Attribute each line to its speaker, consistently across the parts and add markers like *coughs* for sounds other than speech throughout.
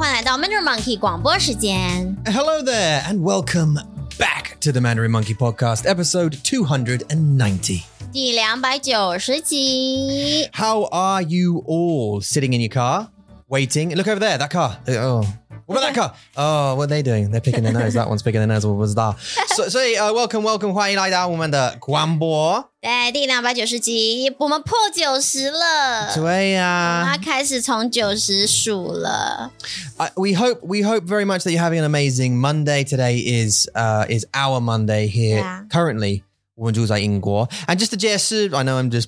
Speaker 1: Mandarin Monkey 广播时间。
Speaker 2: Hello there, and welcome back to the Mandarin Monkey Podcast, episode 290.
Speaker 1: 第两百九十集，
Speaker 2: How are you all sitting in your car, waiting? Look over there, that car. Uh, Oh. What about that car? Oh, what are they doing? They're picking their nose. That one's picking their nose. What was that? So, so uh, welcome, welcome. 欢迎来到我们的广播。
Speaker 1: 对，第两百九十集，我们破九十了，我们
Speaker 2: 对呀。
Speaker 1: 要开始从九十数了。
Speaker 2: I, we hope we hope very much that you're having an amazing Monday. Today is uh, is our Monday here
Speaker 1: Yeah.
Speaker 2: currently. 我们住在英国. And just to 解释, I know I'm just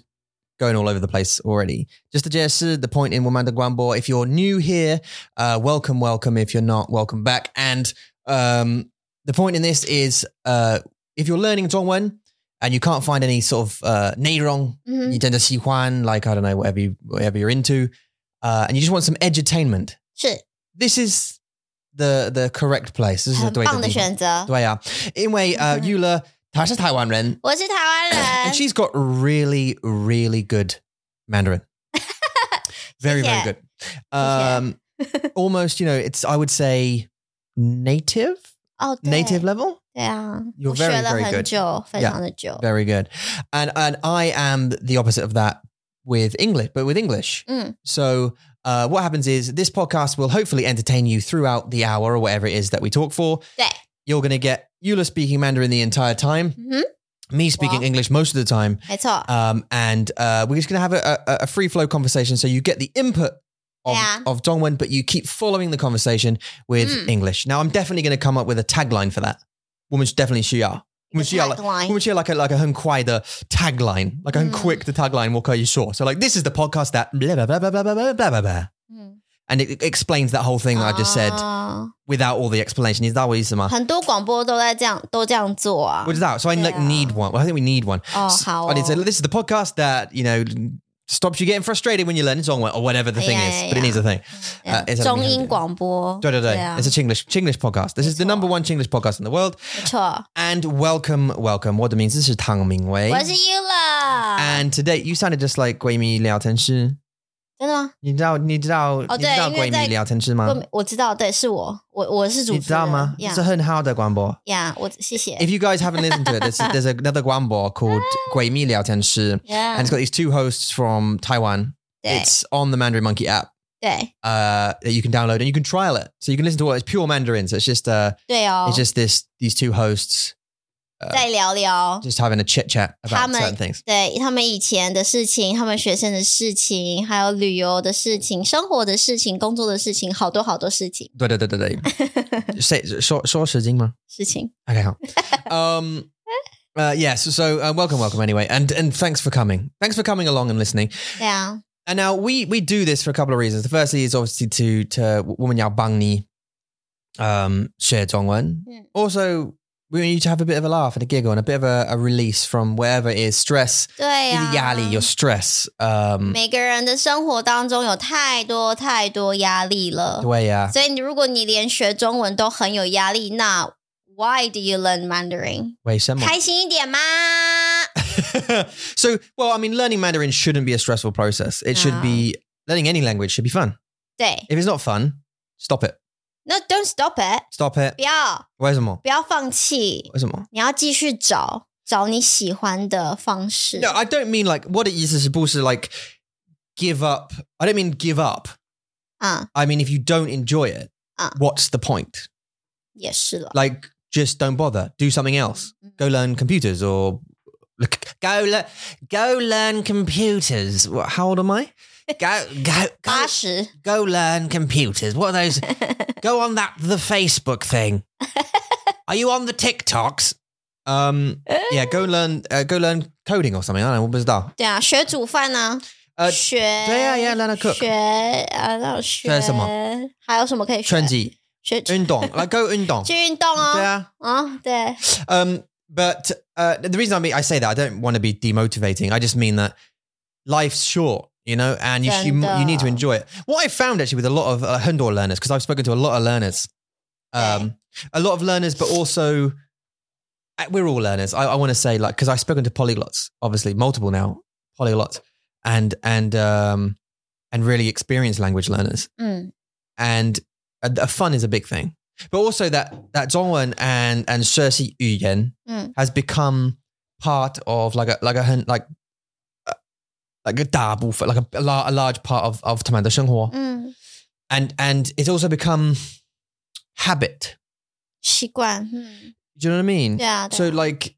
Speaker 2: going all over the place already. Just to 解释, the point in Womanda Guambo, if you're new here, uh, welcome, welcome. If you're not, welcome back. And um, the point in this is uh, if you're learning Zhongwen and you can't find any sort of uh, 内容
Speaker 1: 嗯，
Speaker 2: 你真的喜欢, like, I don't know, whatever, you, whatever you're into, uh, and you just want some edutainment,
Speaker 1: 是
Speaker 2: this is the the correct place. This is
Speaker 1: 很
Speaker 2: the way
Speaker 1: 棒的选择。
Speaker 2: 对啊，因为呃、uh, Yula 她是台湾人
Speaker 1: 我是台湾
Speaker 2: *coughs* and
Speaker 1: 人，
Speaker 2: she's got really really good Mandarin. very very
Speaker 1: 谢谢。
Speaker 2: good. Um, almost you know it's I would say native
Speaker 1: 哦，对
Speaker 2: native level.
Speaker 1: 对啊，
Speaker 2: You're
Speaker 1: 我学
Speaker 2: very,
Speaker 1: 了
Speaker 2: very
Speaker 1: 很
Speaker 2: good.
Speaker 1: 久，非常的久。
Speaker 2: Very good. And and I am the opposite of that with English, but with English.
Speaker 1: 嗯，
Speaker 2: So, uh, what happens is this podcast will hopefully entertain you throughout the hour or whatever it is that we talk for.
Speaker 1: Yeah.
Speaker 2: You're going to get Eula speaking Mandarin the entire time,
Speaker 1: 嗯哼，
Speaker 2: me speaking
Speaker 1: Mm-hmm. Wow.
Speaker 2: English most of the time.
Speaker 1: 没错，
Speaker 2: Um, and uh, we're just going to have a, a, a free flow conversation. So, you get the input. Of,
Speaker 1: Yeah.
Speaker 2: of Dongwen, but you keep following the conversation with
Speaker 1: Mm.
Speaker 2: English. Now, I'm definitely going to come up with a tagline for that. Woman's definitely 需要，我们需要
Speaker 1: tagline，
Speaker 2: 我们需要like a like a 很快的 tagline, like a
Speaker 1: 嗯。
Speaker 2: 很 quick 的 tagline So like this is the podcast that blah blah blah blah blah blah blah blah blah.
Speaker 1: 嗯，
Speaker 2: and it explains that whole thing that I just said
Speaker 1: 哦
Speaker 2: without all the explanation. Is that what you said,
Speaker 1: 很多广播都在这样，都这样做啊
Speaker 2: What。is that? So I like
Speaker 1: Yeah. Oh,
Speaker 2: need one. Well, I think we need one.
Speaker 1: 哦，
Speaker 2: S-
Speaker 1: 好
Speaker 2: I need to say,
Speaker 1: 哦
Speaker 2: this is the podcast that you know stops you getting frustrated when you learn song or whatever the thing
Speaker 1: Yeah,
Speaker 2: is,
Speaker 1: yeah,
Speaker 2: but it
Speaker 1: yeah.
Speaker 2: needs a thing. 呃
Speaker 1: 嗯
Speaker 2: it's a-
Speaker 1: 中英广播，
Speaker 2: 对对对，
Speaker 1: 啊
Speaker 2: It's a Chinglish Chinglish podcast. This is the
Speaker 1: It's
Speaker 2: number
Speaker 1: all.
Speaker 2: one Chinglish podcast in the world.
Speaker 1: 没错。
Speaker 2: And welcome, welcome. What it means this is Tang Ming
Speaker 1: 我是 Yula，
Speaker 2: And today you sounded just like 闺蜜聊天室。
Speaker 1: 真的吗？
Speaker 2: 你知道-你知道-
Speaker 1: 哦，对，
Speaker 2: 你知道
Speaker 1: 因为在-
Speaker 2: 闺蜜聊天室吗？
Speaker 1: 我我知道，对，是我，我我是主持人，
Speaker 2: 啊你知道吗？
Speaker 1: 呀
Speaker 2: 这是很好的广播。
Speaker 1: 呀，我谢谢
Speaker 2: If you guys haven't listened to
Speaker 1: *laughs*
Speaker 2: it, there's, there's another guambo called Gui Mi Liao Tian Shi, and
Speaker 1: Yeah，
Speaker 2: it's got these two hosts from Taiwan.
Speaker 1: 对
Speaker 2: It's on the Mandarin Monkey app
Speaker 1: 对
Speaker 2: uh, that you can download and you can trial it. So you can listen to it. It's pure Mandarin. So it's just uh,
Speaker 1: 对哦
Speaker 2: it's，just uh, this these two hosts
Speaker 1: 再聊聊
Speaker 2: just having a chit chat about
Speaker 1: 他们-
Speaker 2: certain things.
Speaker 1: 对他们以前的事情，他们学生的事情，还有旅游的事情、生活的事情、工作的事情，好多好多事情 *laughs*
Speaker 2: 对对对对对，说说说时间吗？
Speaker 1: 事情。
Speaker 2: Okay. hon. um, uh, yeah. So, so uh, welcome, welcome anyway, and and thanks for coming. Thanks for coming along and listening.
Speaker 1: 对啊，
Speaker 2: And now we we do this for a couple of reasons. The firstly is obviously to to woman yao bang ni, um, share Zhongwen.
Speaker 1: Yeah.
Speaker 2: Also, we need to have a bit of a laugh and a giggle and a bit of a, a release from wherever it is stress,
Speaker 1: 对啊，
Speaker 2: yali, your stress. Um,
Speaker 1: 每个人的生活当中有太多太多压力了。
Speaker 2: the way, uh,
Speaker 1: 所以你如果你连学中文都很有压力，那 Why do you learn Mandarin？
Speaker 2: way some.
Speaker 1: 开心一点嘛。
Speaker 2: *laughs* so, well, I mean, learning Mandarin shouldn't be a stressful process. It should
Speaker 1: No.
Speaker 2: be learning any language should be fun.
Speaker 1: 对
Speaker 2: If it's not fun, stop it.
Speaker 1: ，No don't stop it，
Speaker 2: Stop it.
Speaker 1: 不要不要放弃，
Speaker 2: 为什么？为什么？
Speaker 1: 你要继续找找你喜欢的方式。
Speaker 2: No, I don't mean like what it is is supposed to like give up. I don't mean give up.
Speaker 1: 啊，
Speaker 2: I mean if you don't enjoy it,
Speaker 1: Uh.
Speaker 2: what's the point?
Speaker 1: 也是了。
Speaker 2: Like just don't bother. Do something else.
Speaker 1: 嗯
Speaker 2: Go learn computers or look go le- go learn computers. What, how old am I? Go go go
Speaker 1: 八十
Speaker 2: go learn computers. What are those? go on that the Facebook thing. are you on the TikToks? Um yeah, go learn uh, go learn coding or something. I don't know what was that.
Speaker 1: 对啊，学煮饭呢、
Speaker 2: 呃
Speaker 1: 学
Speaker 2: 对啊，yeah, learn how to cook
Speaker 1: 学啊，那学
Speaker 2: 学什
Speaker 1: 么？还有什么可以学？
Speaker 2: trendy
Speaker 1: 学去
Speaker 2: undong like go undong
Speaker 1: 运动哦。
Speaker 2: yeah
Speaker 1: 啊，对，
Speaker 2: um but uh the reason i mean i say that i don't want to be demotivating i just mean that life's short you know and you should, you need to enjoy it what i found actually with a lot of uh, hundor learners because i've spoken to a lot of learners um a lot of learners but also uh, we're all learners i, I want to say like because i've spoken to polyglots obviously multiple now polyglots and and um and really experienced language learners
Speaker 1: 嗯，
Speaker 2: and Uh, uh, fun is a big thing, but also that that Zhongwen and and 社系语言
Speaker 1: 嗯
Speaker 2: has become part of like a like a hun- like uh, like a 大部分 like a, a, lar- a large part of of 他们的生活，
Speaker 1: 嗯，
Speaker 2: and and it's also become habit.
Speaker 1: 习惯，嗯，
Speaker 2: Do you know what I mean?
Speaker 1: 对啊，对
Speaker 2: So
Speaker 1: 啊
Speaker 2: like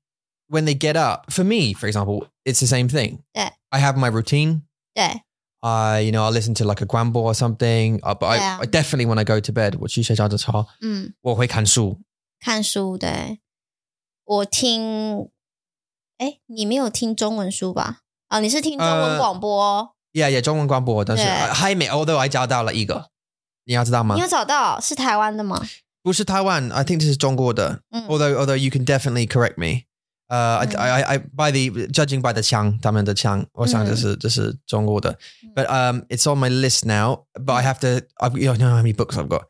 Speaker 2: when they get up, for me, for example, it's the same thing.
Speaker 1: Yeah.
Speaker 2: I have my routine.
Speaker 1: 对，
Speaker 2: I you know I listen to like a guambo or something. Uh, but
Speaker 1: Yeah.
Speaker 2: I, I definitely when I go to bed, 我去睡觉之后，我会看书。
Speaker 1: 嗯，看书，对我听，哎，你没有听中文书吧？哦，你是听中文
Speaker 2: 呃
Speaker 1: 广播哦，
Speaker 2: Yeah, yeah, 中文广播，但是
Speaker 1: 对。
Speaker 2: 还没，although I
Speaker 1: 你有找到是台湾的吗？
Speaker 2: 加到了一个，你要知道吗？不是台湾，I think this is 中国的。
Speaker 1: 嗯
Speaker 2: Although although you can definitely correct me. Uh, I,
Speaker 1: Mm.
Speaker 2: I, I, I by the judging by the
Speaker 1: Mm-hmm。
Speaker 2: 腔，他们的腔，我想这是这是中国的。
Speaker 1: Mm.
Speaker 2: But um, it's on my list now. But
Speaker 1: Mm-hmm。
Speaker 2: I have to. I've you know how many books I've got.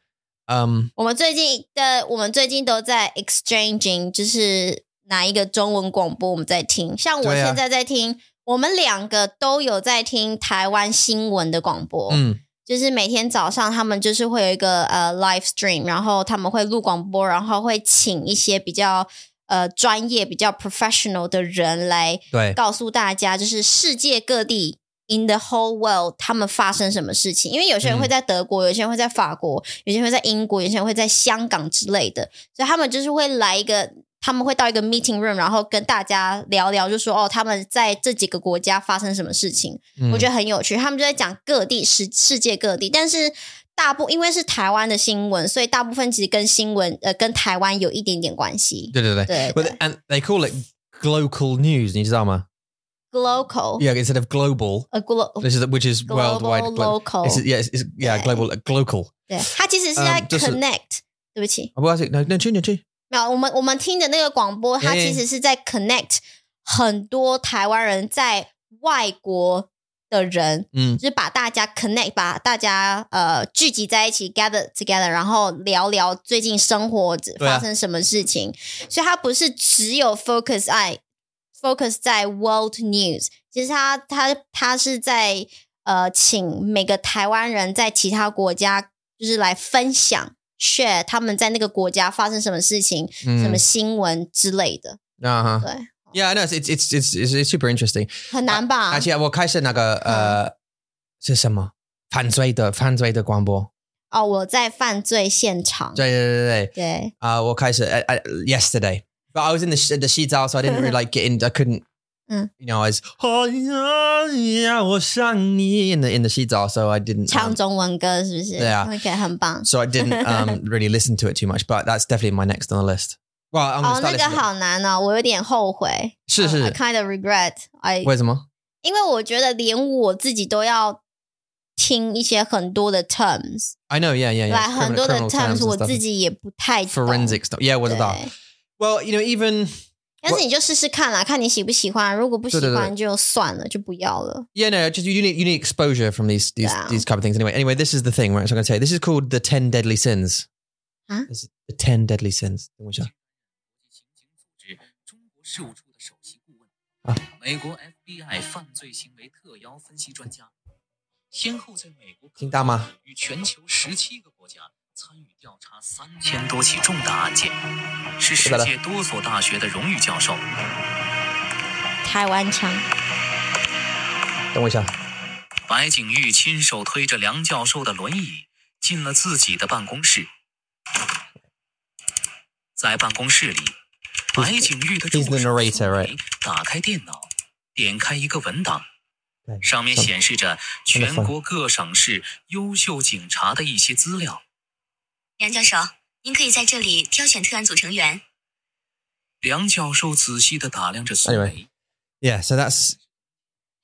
Speaker 2: Um,
Speaker 1: 我们最近的，我们最近都在 exchanging，就是哪一个中文广播我们在听。像我
Speaker 2: 对啊
Speaker 1: 现在在听，我们两个都有在听台湾新闻的广播。
Speaker 2: mm,
Speaker 1: 就是每天早上他们就是会有一个呃 live stream，然后他们会录广播，然后会请一些比较呃专业、比较 professional 的人来
Speaker 2: 对。
Speaker 1: 告诉大家，就是世界各地 in the whole world 他们发生什么事情。因为有些人会在德国，有些人会在法国，有些人会在英国，有些人会在香港之类的，所以他们就是会来一个。他们会到一个 meeting room，然后跟大家聊聊，就说哦，他们在这几个国家发生什么事情。
Speaker 2: 嗯
Speaker 1: 我觉得很有趣。他们就在讲各地世世界各地，但是大部因为是台湾的新闻，所以大部分其实跟新闻呃跟台湾有一点点关系。
Speaker 2: 对对对。
Speaker 1: 对
Speaker 2: But
Speaker 1: 对
Speaker 2: and they call it global news. 你知道吗？
Speaker 1: ，local
Speaker 2: Yeah, instead of global,
Speaker 1: 呃 global
Speaker 2: this is which is worldwide.
Speaker 1: global
Speaker 2: Global. It's,
Speaker 1: local，
Speaker 2: yeah, it's, it's, yeah,
Speaker 1: Yeah.
Speaker 2: global, uh, global.
Speaker 1: 对，它其实是在
Speaker 2: 嗯就是
Speaker 1: connect。对不起，
Speaker 2: Oh, well, I think- no, no, tune, tune.
Speaker 1: 没有我们我们听的那个广播，它
Speaker 2: 嗯
Speaker 1: 其实是在 connect 很多台湾人在外国的人，
Speaker 2: Mm.
Speaker 1: 就是把大家 connect，把大家呃聚集在一起，gather together，然后聊聊最近生活
Speaker 2: 啊
Speaker 1: 发生什么事情。所以它不是只有 focus 在 focus 在 world news，其实它它它是在呃请每个台湾人在其他国家就是来分享 share 他们在那个国家发生什么事情、什么
Speaker 2: Mm.
Speaker 1: 新闻之类的，
Speaker 2: Uh huh.
Speaker 1: 对，
Speaker 2: Yeah, no, it's it's it's it's, it's, it's super interesting.
Speaker 1: 很难吧？
Speaker 2: Actually, I will uh, 开始那个呃是什么犯罪的犯罪的广播？对对对对，啊、uh,，
Speaker 1: 哦，
Speaker 2: 我开始
Speaker 1: 我在犯罪现场，对
Speaker 2: Uh, I, I, yesterday, but I was in the sh- the 洗澡 so I didn't really like get in. I couldn't.
Speaker 1: Mm.
Speaker 2: You know, I was oh yeah, 我想你 in the in the 洗澡 so I didn't.
Speaker 1: 唱
Speaker 2: um,
Speaker 1: 中文歌是不是？
Speaker 2: 对啊
Speaker 1: ，OK，很棒。
Speaker 2: so I didn't um, really listen to it too much. But that's definitely my next on the list. Well, I'm
Speaker 1: 哦
Speaker 2: gonna，
Speaker 1: 那
Speaker 2: start
Speaker 1: 个
Speaker 2: listening.
Speaker 1: 好难哦，我有点后悔。呃
Speaker 2: 是是
Speaker 1: I kind of regret. I
Speaker 2: 为什么？
Speaker 1: 因为我觉得连我自己都要听一些很多的 terms，
Speaker 2: I know, yeah, yeah,
Speaker 1: 来
Speaker 2: yeah.
Speaker 1: 很多的
Speaker 2: 哎 Criminal- criminal terms and
Speaker 1: 我
Speaker 2: stuff.
Speaker 1: 自己也不太懂
Speaker 2: forensic stuff.
Speaker 1: 对
Speaker 2: Yeah, 我知道。Well, you know, even
Speaker 1: 但是你就试试看啦，看你喜不喜欢。如果不喜
Speaker 2: 对对
Speaker 1: 欢就算了，就不要了。
Speaker 2: yeah, no, just you need you need exposure from these these
Speaker 1: Yeah.
Speaker 2: these type of things. Anyway, anyway, this is the thing, right? So I'm going to tell you, this is called the ten deadly sins.
Speaker 1: Huh?
Speaker 2: This is the ten deadly sins.
Speaker 3: 刑警组织中国事务处的首席顾问
Speaker 2: 啊，
Speaker 3: 美国 FBI 犯罪行为特邀分析专家，先后在美国
Speaker 2: 听到吗？
Speaker 3: 与全球十七个国家参与调查三千多起重大案件，是世
Speaker 2: 拜拜
Speaker 3: 界多所大学的荣誉教授。
Speaker 1: 台湾腔，
Speaker 2: 等我一下，等我一下。
Speaker 3: 白景玉亲手推着梁教授的轮椅进了自己的办公室，在办公室里，白景玉的助
Speaker 2: He's the
Speaker 3: 手
Speaker 2: narrator,
Speaker 3: 苏
Speaker 2: right?
Speaker 3: 梅打开电脑，点开一个文档，
Speaker 2: 对
Speaker 3: 上面
Speaker 2: 上
Speaker 3: 显示着
Speaker 2: 真的
Speaker 3: 全
Speaker 2: 烦
Speaker 3: 国各省市优秀警察的一些资料。
Speaker 4: 梁教授，您可以在这里挑选特案组成员。
Speaker 3: 梁教授仔细地打量着苏
Speaker 2: Anyway
Speaker 3: 梅，
Speaker 2: Yeah, so that's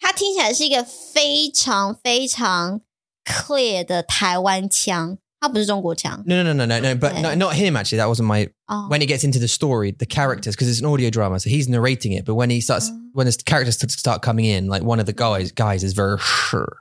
Speaker 1: 它听起来是一个非常非常 clear 的台湾腔，它不是中国腔
Speaker 2: no, no, no, no, no, no. But
Speaker 1: Okay.
Speaker 2: no, not him actually. That wasn't my
Speaker 1: 哦。
Speaker 2: when it gets into the story, the characters, because it's an audio drama, so he's narrating it. But when he starts,
Speaker 1: Oh.
Speaker 2: when the characters st- start coming in, like one of the guys, guys is very sure,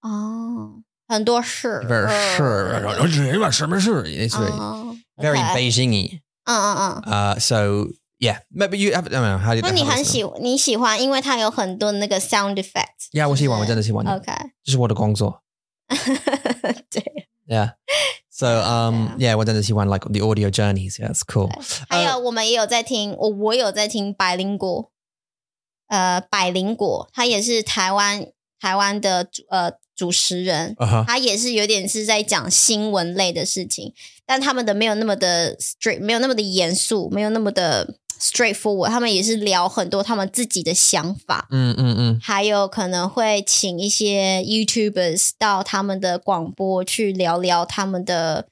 Speaker 1: 哦，很多事
Speaker 2: very
Speaker 1: 呃
Speaker 2: sure,
Speaker 1: Oh.
Speaker 2: it's very,
Speaker 1: 哦
Speaker 2: very
Speaker 1: ，OK
Speaker 2: Beijingy.
Speaker 1: 嗯嗯嗯。
Speaker 2: Uh, so yeah, maybe you have. I don't know how do you.
Speaker 1: 那
Speaker 2: how
Speaker 1: 你
Speaker 2: do you
Speaker 1: 很
Speaker 2: say
Speaker 1: 喜你喜欢，因为它有很多那个 sound effect。
Speaker 2: 嗯 Yeah, 我喜欢，
Speaker 1: 是不是
Speaker 2: 我真的喜欢。
Speaker 1: OK， *laughs*
Speaker 2: 这是我的工作。
Speaker 1: 对，
Speaker 2: Yeah. So um yeah, well then does he want like the audio journeys? Yeah, that's cool.
Speaker 1: 还有我们也有在听，我我有在听百灵果，呃，百灵果，他也是台湾台湾的主呃主持人，
Speaker 2: Uh-huh.
Speaker 1: 他也是有点是在讲新闻类的事情，但他们的没有那么的 straight，没有那么的严肃，没有那么的 straightforward，他们也是聊很多他们自己的想法。
Speaker 2: Mm, mm, mm.
Speaker 1: 还有可能会请一些 YouTubers 到他们的广播去聊聊他们的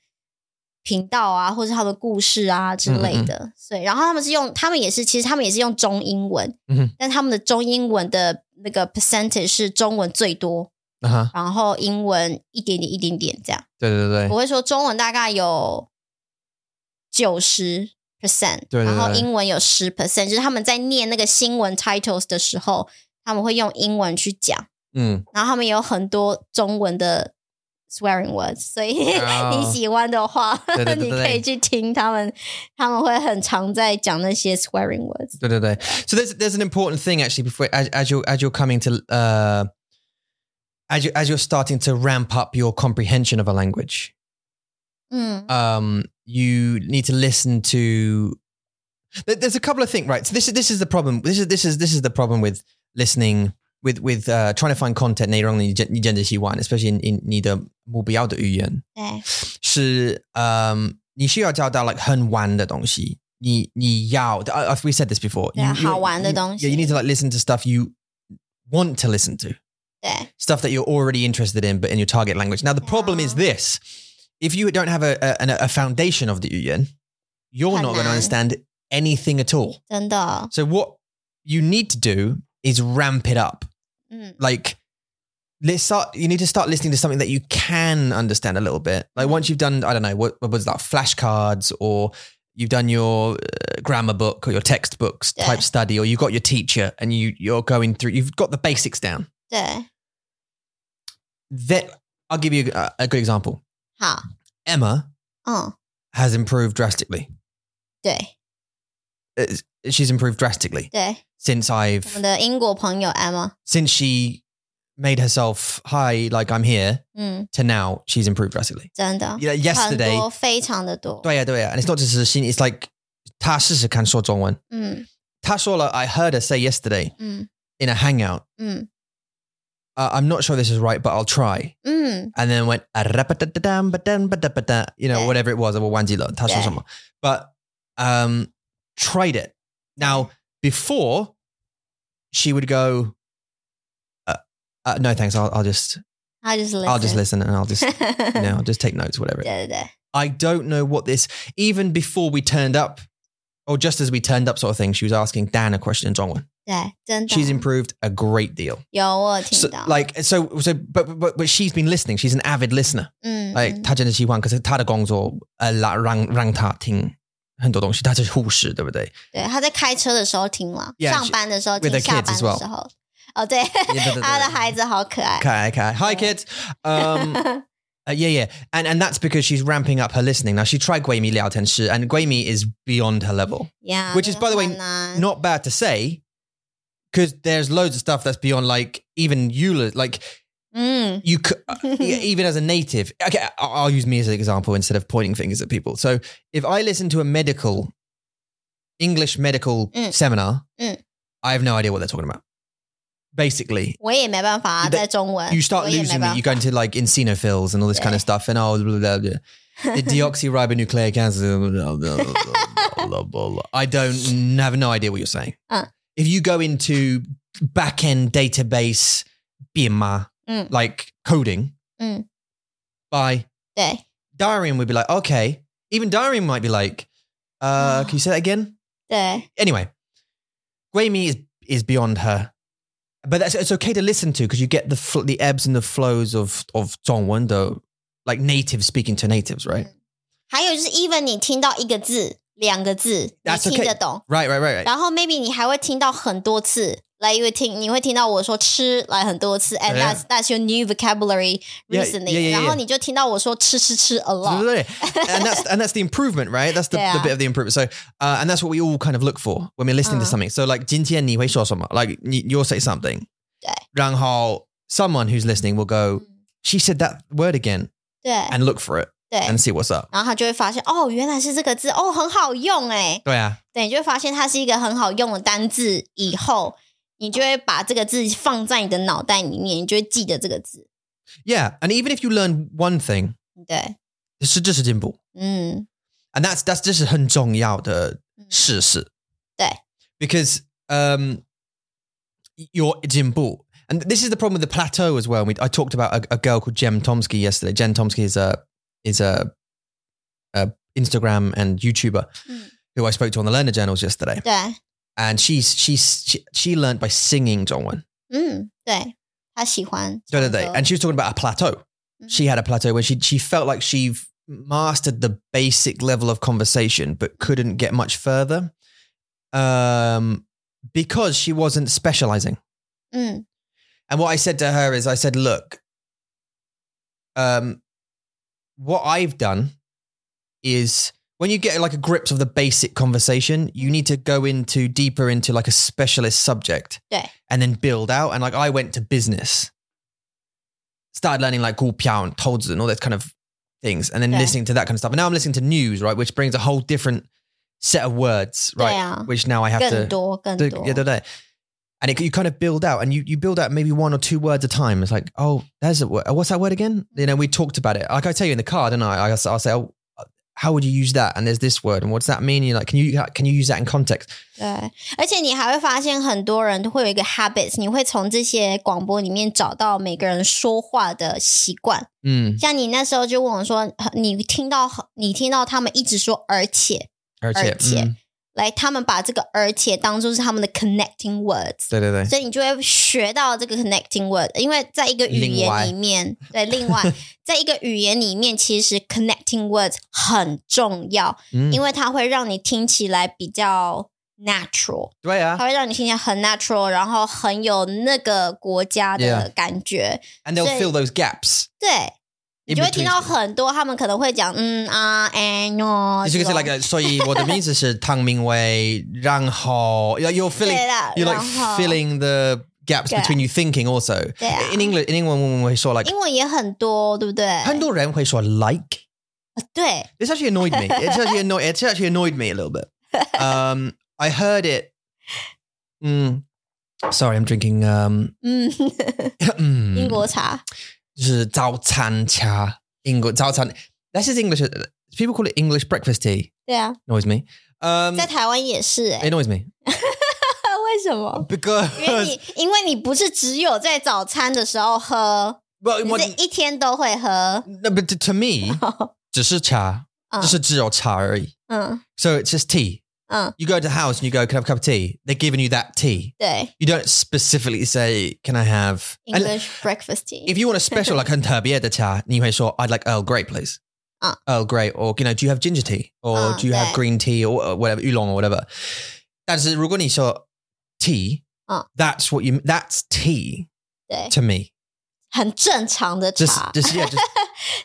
Speaker 1: 频道啊，或是他们的故事啊之类的。所以，然后他们是用，他们也是，其实他们也是用中英文，
Speaker 2: 嗯哼
Speaker 1: 但他们的中英文的那个 percentage 是中文最多，
Speaker 2: Uh-huh.
Speaker 1: 然后英文一点点一点点这样。我会说中文大概有九十 percent，
Speaker 2: 对对对
Speaker 1: 然后英文有十 percent，就是他们在念那个新闻 titles 的时候，他们会用英文去讲，
Speaker 2: Mm,
Speaker 1: 然后他们有很多中文的 swearing words，所以
Speaker 2: 哦
Speaker 1: *laughs* 你喜欢的话，
Speaker 2: 对对
Speaker 1: *laughs*
Speaker 2: 对对
Speaker 1: 你可以去听他们，他们会很常在讲那些 swearing words。
Speaker 2: So there's there's an important thing actually before as, as you as you're coming to uh as you as you're starting to ramp up your comprehension of a language.
Speaker 1: 嗯，
Speaker 2: um, you need to listen to. there- There's a couple of things, right? So this is this is the problem. This is this is this is the problem with listening with with uh, trying to find content 内容你真你真的喜欢 especially in in 你的目标的语言
Speaker 1: 对，
Speaker 2: 是嗯你需要找到 like 很玩的东西。你你要 I- I've we said this before
Speaker 1: 对啊，
Speaker 2: you- you-
Speaker 1: 好玩的东西。
Speaker 2: you- yeah you need to like listen to stuff you want to listen to
Speaker 1: 对，
Speaker 2: stuff that you're already interested in, but in your target language. Now, the problem is
Speaker 1: Yeah.
Speaker 2: this: if you don't have a a, an- a foundation of the Yuyan, you're not going to
Speaker 1: Hanan.
Speaker 2: understand anything at all.
Speaker 1: 真的，
Speaker 2: So, what you need to do is ramp it up.
Speaker 1: 嗯，
Speaker 2: Like, let's start. You need to start listening to something that you can understand a little bit. Like once you've done, I don't know, what, what was that? Flashcards or you've done your uh, grammar book or your textbooks
Speaker 1: Yeah.
Speaker 2: type study, or you got your teacher and you you're going through. You've got the basics down
Speaker 1: 对，
Speaker 2: that I'll give you a, a good example.
Speaker 1: 好，
Speaker 2: Emma
Speaker 1: 嗯，
Speaker 2: has improved drastically.
Speaker 1: 对，
Speaker 2: It's- She's improved drastically
Speaker 1: 对，
Speaker 2: since
Speaker 1: 我们
Speaker 2: I've
Speaker 1: 的英国朋友 Emma，
Speaker 2: since she made herself hi like I'm here
Speaker 1: 嗯，
Speaker 2: to now she's improved drastically.
Speaker 1: 真的。
Speaker 2: You know,
Speaker 1: 很
Speaker 2: yesterday,
Speaker 1: 多，非常的多。，
Speaker 2: 对啊对啊, and it's not just a scene. It's like 她试试看说中文.她说了,
Speaker 1: 嗯
Speaker 2: I heard her say yesterday
Speaker 1: 嗯
Speaker 2: in a hangout.
Speaker 1: 嗯
Speaker 2: Uh, I'm not sure this is right, but I'll try.
Speaker 1: 嗯，
Speaker 2: And then went, "啊，ra-ba-da-da-dam-ba-dam-ba-da-ba-da," you know,
Speaker 1: Yeah.
Speaker 2: whatever it was. I will
Speaker 1: Yeah.
Speaker 2: 忘记了她说什么. But um, tried it. Now, before she would go, uh, uh, no, thanks. I'll, I'll just,
Speaker 1: 他就是
Speaker 2: I'll just
Speaker 1: listen，
Speaker 2: listen and I'll just,
Speaker 1: 对 *laughs*
Speaker 2: you know, I'll just take notes, whatever.
Speaker 1: 对对，
Speaker 2: I don't know what this, even before we turned up or just as we turned up sort of thing, she was asking Dan a question in Zhongwen.
Speaker 1: 对，真的
Speaker 2: She's improved a great deal.
Speaker 1: 有我有
Speaker 2: So,
Speaker 1: 听到，
Speaker 2: like, so, so, but, but, but she's been listening. She's an avid listener.
Speaker 1: 嗯，
Speaker 2: like
Speaker 1: 嗯
Speaker 2: 他真的希望，可是他的工作呃，让让让他听很多东西。他是护士，对不对？
Speaker 1: 对，他在开车的时候听了，
Speaker 2: Yeah,
Speaker 1: 上班的时候
Speaker 2: with
Speaker 1: 听，
Speaker 2: the
Speaker 1: 下
Speaker 2: kids
Speaker 1: 班
Speaker 2: as
Speaker 1: 的
Speaker 2: well
Speaker 1: 时候，哦对， *laughs*
Speaker 2: Yeah, 对对
Speaker 1: *laughs*
Speaker 2: 对
Speaker 1: 他的孩子好可爱。
Speaker 2: Okay, okay. Hi, kids. Um, uh, yeah, yeah, and and that's because she's ramping up her listening. Now she tried Guimi Liao Ten Shi, and Guimi is beyond her level.
Speaker 1: *laughs* Yeah,
Speaker 2: which is, by the way,
Speaker 1: 那个很难
Speaker 2: Not bad to say, because there's loads of stuff that's beyond like even you lo- like
Speaker 1: 嗯
Speaker 2: you could,
Speaker 1: *laughs*
Speaker 2: even as a native. Okay, I- I'll use me as an example instead of pointing fingers at people. So if I listen to a medical English medical
Speaker 1: Mm.
Speaker 2: seminar,
Speaker 1: Mm.
Speaker 2: I have no idea what they're talking about. Basically,
Speaker 1: 我也没办法啊
Speaker 2: That-
Speaker 1: 在中文，
Speaker 2: you start
Speaker 1: 我也没
Speaker 2: losing me.
Speaker 1: 办法。
Speaker 2: You go into like eosinophils and all this kind of stuff, and oh, blah, blah, blah,
Speaker 1: *laughs*
Speaker 2: blah. the deoxyribonucleic acid. Blah, blah, blah, blah, blah, blah, blah. I don't have no idea what you're saying.
Speaker 1: Uh.
Speaker 2: If you go into back end database BMA,
Speaker 1: Mm.
Speaker 2: like coding,
Speaker 1: Mm.
Speaker 2: by
Speaker 1: 对
Speaker 2: Darian would be like, okay. Even Darian might be like, uh, can you say that again?
Speaker 1: 对，
Speaker 2: Anyway, Guimi is is beyond her, but that's, it's okay to listen to because you get the fl- the ebbs and the flows of of Zhongwen, though, like natives speaking to natives, right?
Speaker 1: 还有就是，even 你听到一个字、两个字，你
Speaker 2: That's
Speaker 1: 听
Speaker 2: okay
Speaker 1: 得懂，
Speaker 2: Right, right, right, right.
Speaker 1: 然后 maybe 你还会听到很多次，来，因为听你会听到我说吃来很多次，and
Speaker 2: Yeah.
Speaker 1: that's that's your new vocabulary
Speaker 2: Yeah,
Speaker 1: recently，、
Speaker 2: yeah, 哎 yeah, yeah.
Speaker 1: 然后你就听到我说吃吃吃 a lot， *laughs*
Speaker 2: *laughs* and that's and that's the improvement, right? That's the,
Speaker 1: Yeah.
Speaker 2: the bit of the improvement. So, uh, and that's what we all kind of look for when we're listening to
Speaker 1: Uh.
Speaker 2: something. So, like, 今天你会说什么? like you- you'll say something,
Speaker 1: 对。Mm.
Speaker 2: 然后 someone who's listening will go, she said that word again.
Speaker 1: 对
Speaker 2: and look for it
Speaker 1: 对，
Speaker 2: and see what's up.
Speaker 1: 然后他就会发现哦，原来是这个字哦，很好用哎，
Speaker 2: 对啊，
Speaker 1: 对，你就会发现它是一个很好用的单字，以后你就会把这个字放在你的脑袋里面，你就会记得这个字，
Speaker 2: yeah. And even if you learn one thing,
Speaker 1: 对，
Speaker 2: it's just a dimple,
Speaker 1: 嗯
Speaker 2: and that's that's just a 很重要的
Speaker 1: 嗯
Speaker 2: 试试。
Speaker 1: 对。
Speaker 2: Because um, your Jimbo, and this is the problem with the plateau as well. We, I talked about a, a girl called Jem Tomsky yesterday. Jen Tomsky is a is a, a Instagram and YouTuber
Speaker 1: Mm.
Speaker 2: who I spoke to on the Learner Journals yesterday,
Speaker 1: 对，
Speaker 2: and she's she's she, she learned by singing Zhongwen.
Speaker 1: 嗯对，他喜欢唱
Speaker 2: No,
Speaker 1: 歌，
Speaker 2: no, no. And she was talking about a plateau. She had a plateau where she she felt like she mastered the basic level of conversation, but couldn't get much further, um, because she wasn't specializing.
Speaker 1: 嗯
Speaker 2: And what I said to her is, I said, look, um, what I've done is when you get like a grips of the basic conversation, you need to go into deeper into like a specialist subject
Speaker 1: Yeah.
Speaker 2: and then build out. And like I went to business, started learning like Gu Piao and Toldz and all that kind of things, and then
Speaker 1: Yeah.
Speaker 2: listening to that kind of stuff. And now I'm listening to news, right? Which brings a whole different set of words, right?
Speaker 1: Yeah.
Speaker 2: Which now I have to
Speaker 1: 啊更多更
Speaker 2: 对
Speaker 1: 多，
Speaker 2: yeah, 对对。And it, you kind of build out, and you, you build out maybe one or two words a time. It's like, oh, there's a word. What's that word again? You know, we talked about it. Like I tell you in the car, don't I? I- I'll, say- I'll say, oh, how would you use that? And there's this word, and what's that mean? You're like, can you can you use that in context?
Speaker 1: 对，而且你还会发现很多人会有一个 habits，你会从这些广播里面找到每个人说话的习惯。
Speaker 2: Mm,
Speaker 1: 像你那时候就问我说，你听到你听到他们一直说而且，
Speaker 2: 而且，
Speaker 1: 而且
Speaker 2: 嗯，
Speaker 1: 来他们把这个而且当做是他们的 connecting words。
Speaker 2: 对对对，
Speaker 1: 所以你就会学到这个 connecting word，因为在一个语
Speaker 2: 另外
Speaker 1: 言里面，对，另
Speaker 2: *laughs*
Speaker 1: 外在一个语言里面，其实 connecting words 很重要，
Speaker 2: 嗯，
Speaker 1: 因为它会让你听起来比较 natural。
Speaker 2: 对啊
Speaker 1: 它会让你听起来很 natural，然后很有那个国家的感觉。
Speaker 2: ，and they'll
Speaker 1: 所以-
Speaker 2: fill those gaps.
Speaker 1: 对，你
Speaker 2: in
Speaker 1: 就会听
Speaker 2: between.
Speaker 1: 到很多他们可能会讲嗯啊哎 no，
Speaker 2: You
Speaker 1: 这
Speaker 2: can say
Speaker 1: 种
Speaker 2: like, uh, 所以我的名字是汤明威，然后 like you're filling,
Speaker 1: 对啦
Speaker 2: you're like
Speaker 1: 然后
Speaker 2: filling the gaps
Speaker 1: 对啊。
Speaker 2: between you thinking also.
Speaker 1: 对啊。
Speaker 2: In English, in England, 我们会说 like
Speaker 1: 英文也很多，对不对？
Speaker 2: *laughs* 很多人会说 like.
Speaker 1: 对，
Speaker 2: This actually annoyed me. It's actually annoyed. *laughs* It's actually annoyed me a little bit. Um, I heard it. Mm, sorry, I'm drinking. Um,
Speaker 1: 嗯，英
Speaker 2: *clears throat* mm,
Speaker 1: 国茶，
Speaker 2: 就是早餐茶，英国早餐- This is English. People call it English breakfast tea.
Speaker 1: 对啊，
Speaker 2: Annoys me. Um,
Speaker 1: 在台湾也是哎、
Speaker 2: it annoys me
Speaker 1: *laughs* 为什么？因为
Speaker 2: *laughs* because
Speaker 1: 你因为你不是只有在早餐的时候喝，
Speaker 2: well,
Speaker 1: 你
Speaker 2: what,
Speaker 1: 是一天都会喝。
Speaker 2: no, but to, to me,
Speaker 1: *laughs* 嗯
Speaker 2: 只是茶，就是只有茶而已.
Speaker 1: 嗯
Speaker 2: So it's just tea.
Speaker 1: 嗯，
Speaker 2: You go to the house and you go, "Can I have a cup of tea?" They're giving you that tea.
Speaker 1: 对
Speaker 2: You don't specifically say, "Can I have?" and
Speaker 1: ，English breakfast tea。
Speaker 2: if you want a
Speaker 1: *laughs*
Speaker 2: special like 很特别的茶，你会说 "I'd like Earl Grey, please."
Speaker 1: Ah.
Speaker 2: Earl Grey, or you know, do you have ginger tea, or
Speaker 1: Ah,
Speaker 2: do you have
Speaker 1: right.
Speaker 2: green tea, or uh, whatever oolong or whatever? 但是如果你说 tea,
Speaker 1: Ah.
Speaker 2: that's what you that's tea
Speaker 1: 对，
Speaker 2: to me.
Speaker 1: 很正常的茶。
Speaker 2: Just just
Speaker 1: *laughs*
Speaker 2: yeah, just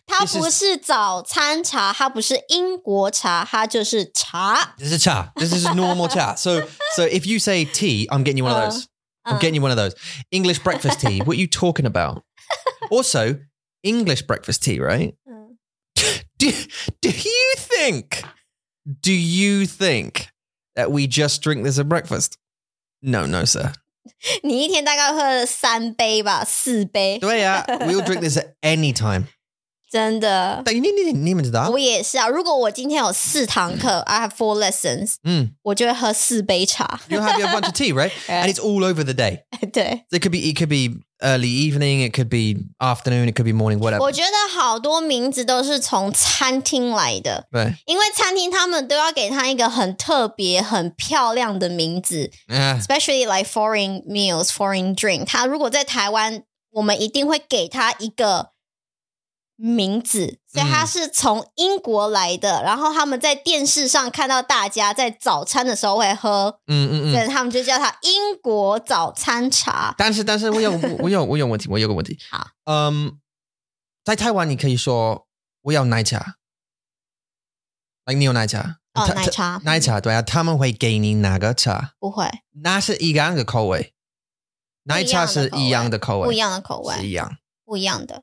Speaker 1: 它
Speaker 2: This is-
Speaker 1: 不是早餐茶，它不是英国茶，它就是茶。
Speaker 2: this is cha. This is normal cha. So so if you say tea, I'm getting you one of
Speaker 1: Ah.
Speaker 2: those.
Speaker 1: 嗯
Speaker 2: I'm getting you one of those English breakfast tea. what are you
Speaker 1: *laughs*
Speaker 2: talking about? Also, English breakfast tea, right?
Speaker 1: 嗯
Speaker 2: do, do you think do you think that we just drink this at breakfast no no sir
Speaker 1: 你一天大概喝了三杯吧，四杯，
Speaker 2: 对啊, we'll drink this at any time
Speaker 1: 真的。我也是啊，如果我今天有四堂课，I have four lessons，
Speaker 2: Mm.
Speaker 1: 我就会喝四杯茶。
Speaker 2: *laughs* you'll have your bunch of tea right
Speaker 1: 啊
Speaker 2: and it's all over the day
Speaker 1: *laughs* 对，
Speaker 2: it could be it could be early evening it could be afternoon it could be morning whatever
Speaker 1: 我觉得好多名字都是从餐厅来的，
Speaker 2: but
Speaker 1: 因为餐厅他们都要给它一个很特别、很漂亮的名字。
Speaker 2: yeah.
Speaker 1: especially like foreign meals, foreign drink。它如果在台湾，我们一定会给它一个名字，所以它
Speaker 2: 嗯
Speaker 1: 是从英国来的。然后他们在电视上看到大家在早餐的时候会喝，
Speaker 2: mm, mm,
Speaker 1: 所
Speaker 2: mm.
Speaker 1: 以他们就叫它英国早餐茶。
Speaker 2: 但是但是我有我有我有问题，我有个问题。
Speaker 1: 好，
Speaker 2: 嗯，Um, 在台湾你可以说我要奶茶，like 你有奶茶
Speaker 1: 哦
Speaker 2: 他
Speaker 1: 奶茶
Speaker 2: 他嗯奶茶对啊，他们会给你哪个茶？
Speaker 1: 不会，
Speaker 2: 那是一样的口味，奶茶是一样的口味，
Speaker 1: 不一样的口
Speaker 2: 是一
Speaker 1: 味，
Speaker 2: 样。
Speaker 1: 不一样的。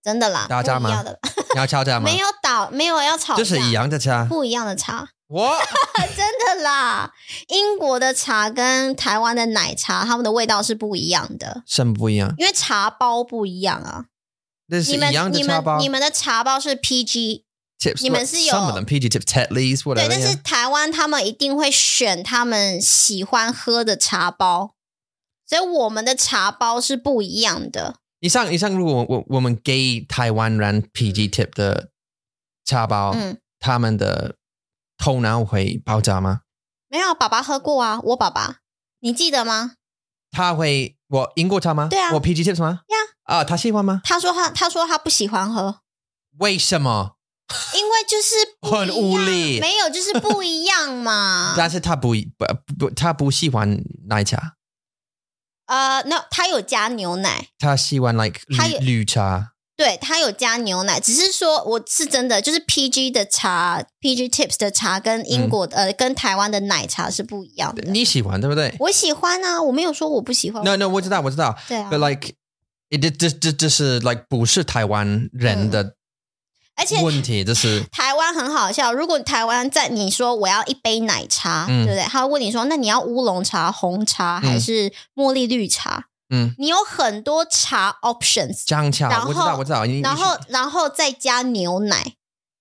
Speaker 1: 真的啦，
Speaker 2: 大家吗
Speaker 1: 不一样的啦，
Speaker 2: 你要敲诈吗？
Speaker 1: 没有倒，没有要吵架，
Speaker 2: 就是一样的掐。
Speaker 1: 不一样的茶，
Speaker 2: 我
Speaker 1: 真的啦。英国的茶跟台湾的奶茶，它们的味道是不一样的，
Speaker 2: 什么不一样？
Speaker 1: 因为茶包不一样啊。
Speaker 2: 那是
Speaker 1: 你
Speaker 2: 一
Speaker 1: 们
Speaker 2: 样的
Speaker 1: 你
Speaker 2: 叉
Speaker 1: 们
Speaker 2: 包。
Speaker 1: 你们的茶包是 PG，
Speaker 2: tips，
Speaker 1: 你们
Speaker 2: like
Speaker 1: 是有
Speaker 2: some of them PG tips, Tetleys,
Speaker 1: 对，
Speaker 2: whatever.
Speaker 1: 但是
Speaker 2: Yeah.
Speaker 1: 台湾他们一定会选他们喜欢喝的茶包，所以我们的茶包是不一样的。
Speaker 2: 你像你像，如果我我们给台湾人 PG tip 的茶包，
Speaker 1: 嗯，
Speaker 2: 他们的头脑会爆炸吗？
Speaker 1: 没有，爸爸喝过啊，我爸爸，你记得吗？
Speaker 2: 他会我赢过他吗？
Speaker 1: 对啊
Speaker 2: 我 PG tips 吗？
Speaker 1: Yeah
Speaker 2: 啊，他喜欢吗？
Speaker 1: 他说他他说他不喜欢喝，
Speaker 2: 为什么？
Speaker 1: 因为就是不
Speaker 2: 很
Speaker 1: 一
Speaker 2: 无
Speaker 1: 样
Speaker 2: 力
Speaker 1: 没有就是不一样
Speaker 2: *laughs*
Speaker 1: 嘛。
Speaker 2: 但是他不不不，他不喜欢奶茶，
Speaker 1: 呃，那他有加牛奶，
Speaker 2: 他喜欢 like
Speaker 1: 他有
Speaker 2: 绿绿茶。
Speaker 1: 对他有加牛奶，只是说我是真的就是 PG 的茶，PG Tips 的茶跟英国的、呃跟台湾的奶茶是不一样的。
Speaker 2: 嗯你喜欢对不对
Speaker 1: 我喜欢啊，我没有说我不喜欢。
Speaker 2: ？No No，我知道我知道
Speaker 1: 对啊，
Speaker 2: ，but like。这这这这是 like 不是台湾人的
Speaker 1: 嗯而且
Speaker 2: 问题，这是
Speaker 1: 台湾很好笑，如果台湾在你说我要一杯奶茶，
Speaker 2: 嗯
Speaker 1: 对不对？他会问你说，那你要乌龙茶、红茶
Speaker 2: 嗯
Speaker 1: 还是茉莉绿茶？
Speaker 2: 嗯
Speaker 1: 你有很多茶 options，
Speaker 2: 姜
Speaker 1: 然
Speaker 2: 茶，
Speaker 1: 后
Speaker 2: 我知道我知道，你
Speaker 1: 然后然后再加牛奶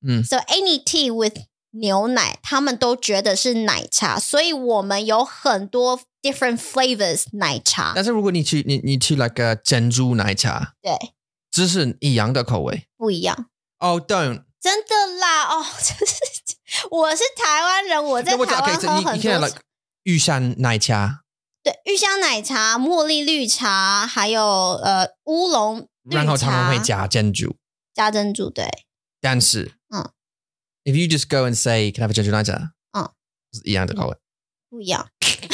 Speaker 2: 嗯
Speaker 1: ，so any tea with 牛奶，他们都觉得是奶茶，所以我们有很多 different flavors 奶茶，
Speaker 2: 但是如果你去你你去那个珍珠奶茶，
Speaker 1: 对，
Speaker 2: 这是一样的口味。
Speaker 1: 不一样，
Speaker 2: 哦、oh,，don't
Speaker 1: 真的啦，哦， *laughs* 真是，我是台湾人，我在
Speaker 2: 那我
Speaker 1: 台湾
Speaker 2: OK，这
Speaker 1: 喝
Speaker 2: 你
Speaker 1: 很
Speaker 2: 你现在
Speaker 1: 多
Speaker 2: like 玉山奶茶、
Speaker 1: 对，玉香奶茶、茉莉绿茶，还有呃乌龙绿茶，
Speaker 2: 然后他们会加珍珠，
Speaker 1: 加珍珠，对，
Speaker 2: 但是
Speaker 1: 嗯
Speaker 2: ，if you just go and say can I have a 珍珠奶茶，
Speaker 1: 嗯，
Speaker 2: 是一样的口味。
Speaker 1: 不一样。 *laughs*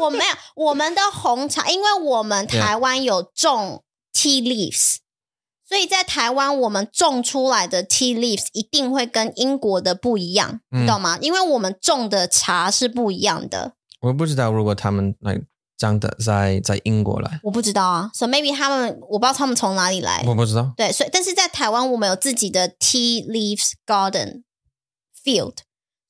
Speaker 1: 我没有我们的红茶，因为我们
Speaker 2: Yeah
Speaker 1: 台湾有种 tea leaves，所以在台湾我们种出来的 tea leaves 一定会跟英国的不一样，
Speaker 2: 嗯
Speaker 1: 你懂吗？因为我们种的茶是不一样的。
Speaker 2: 我不知道如果他们来讲的在在英国来，
Speaker 1: 我不知道啊，so maybe 他们我不知道他们从哪里来，
Speaker 2: 我不知道。
Speaker 1: 对，所以但是在台湾，我们有自己的 tea leaves garden field，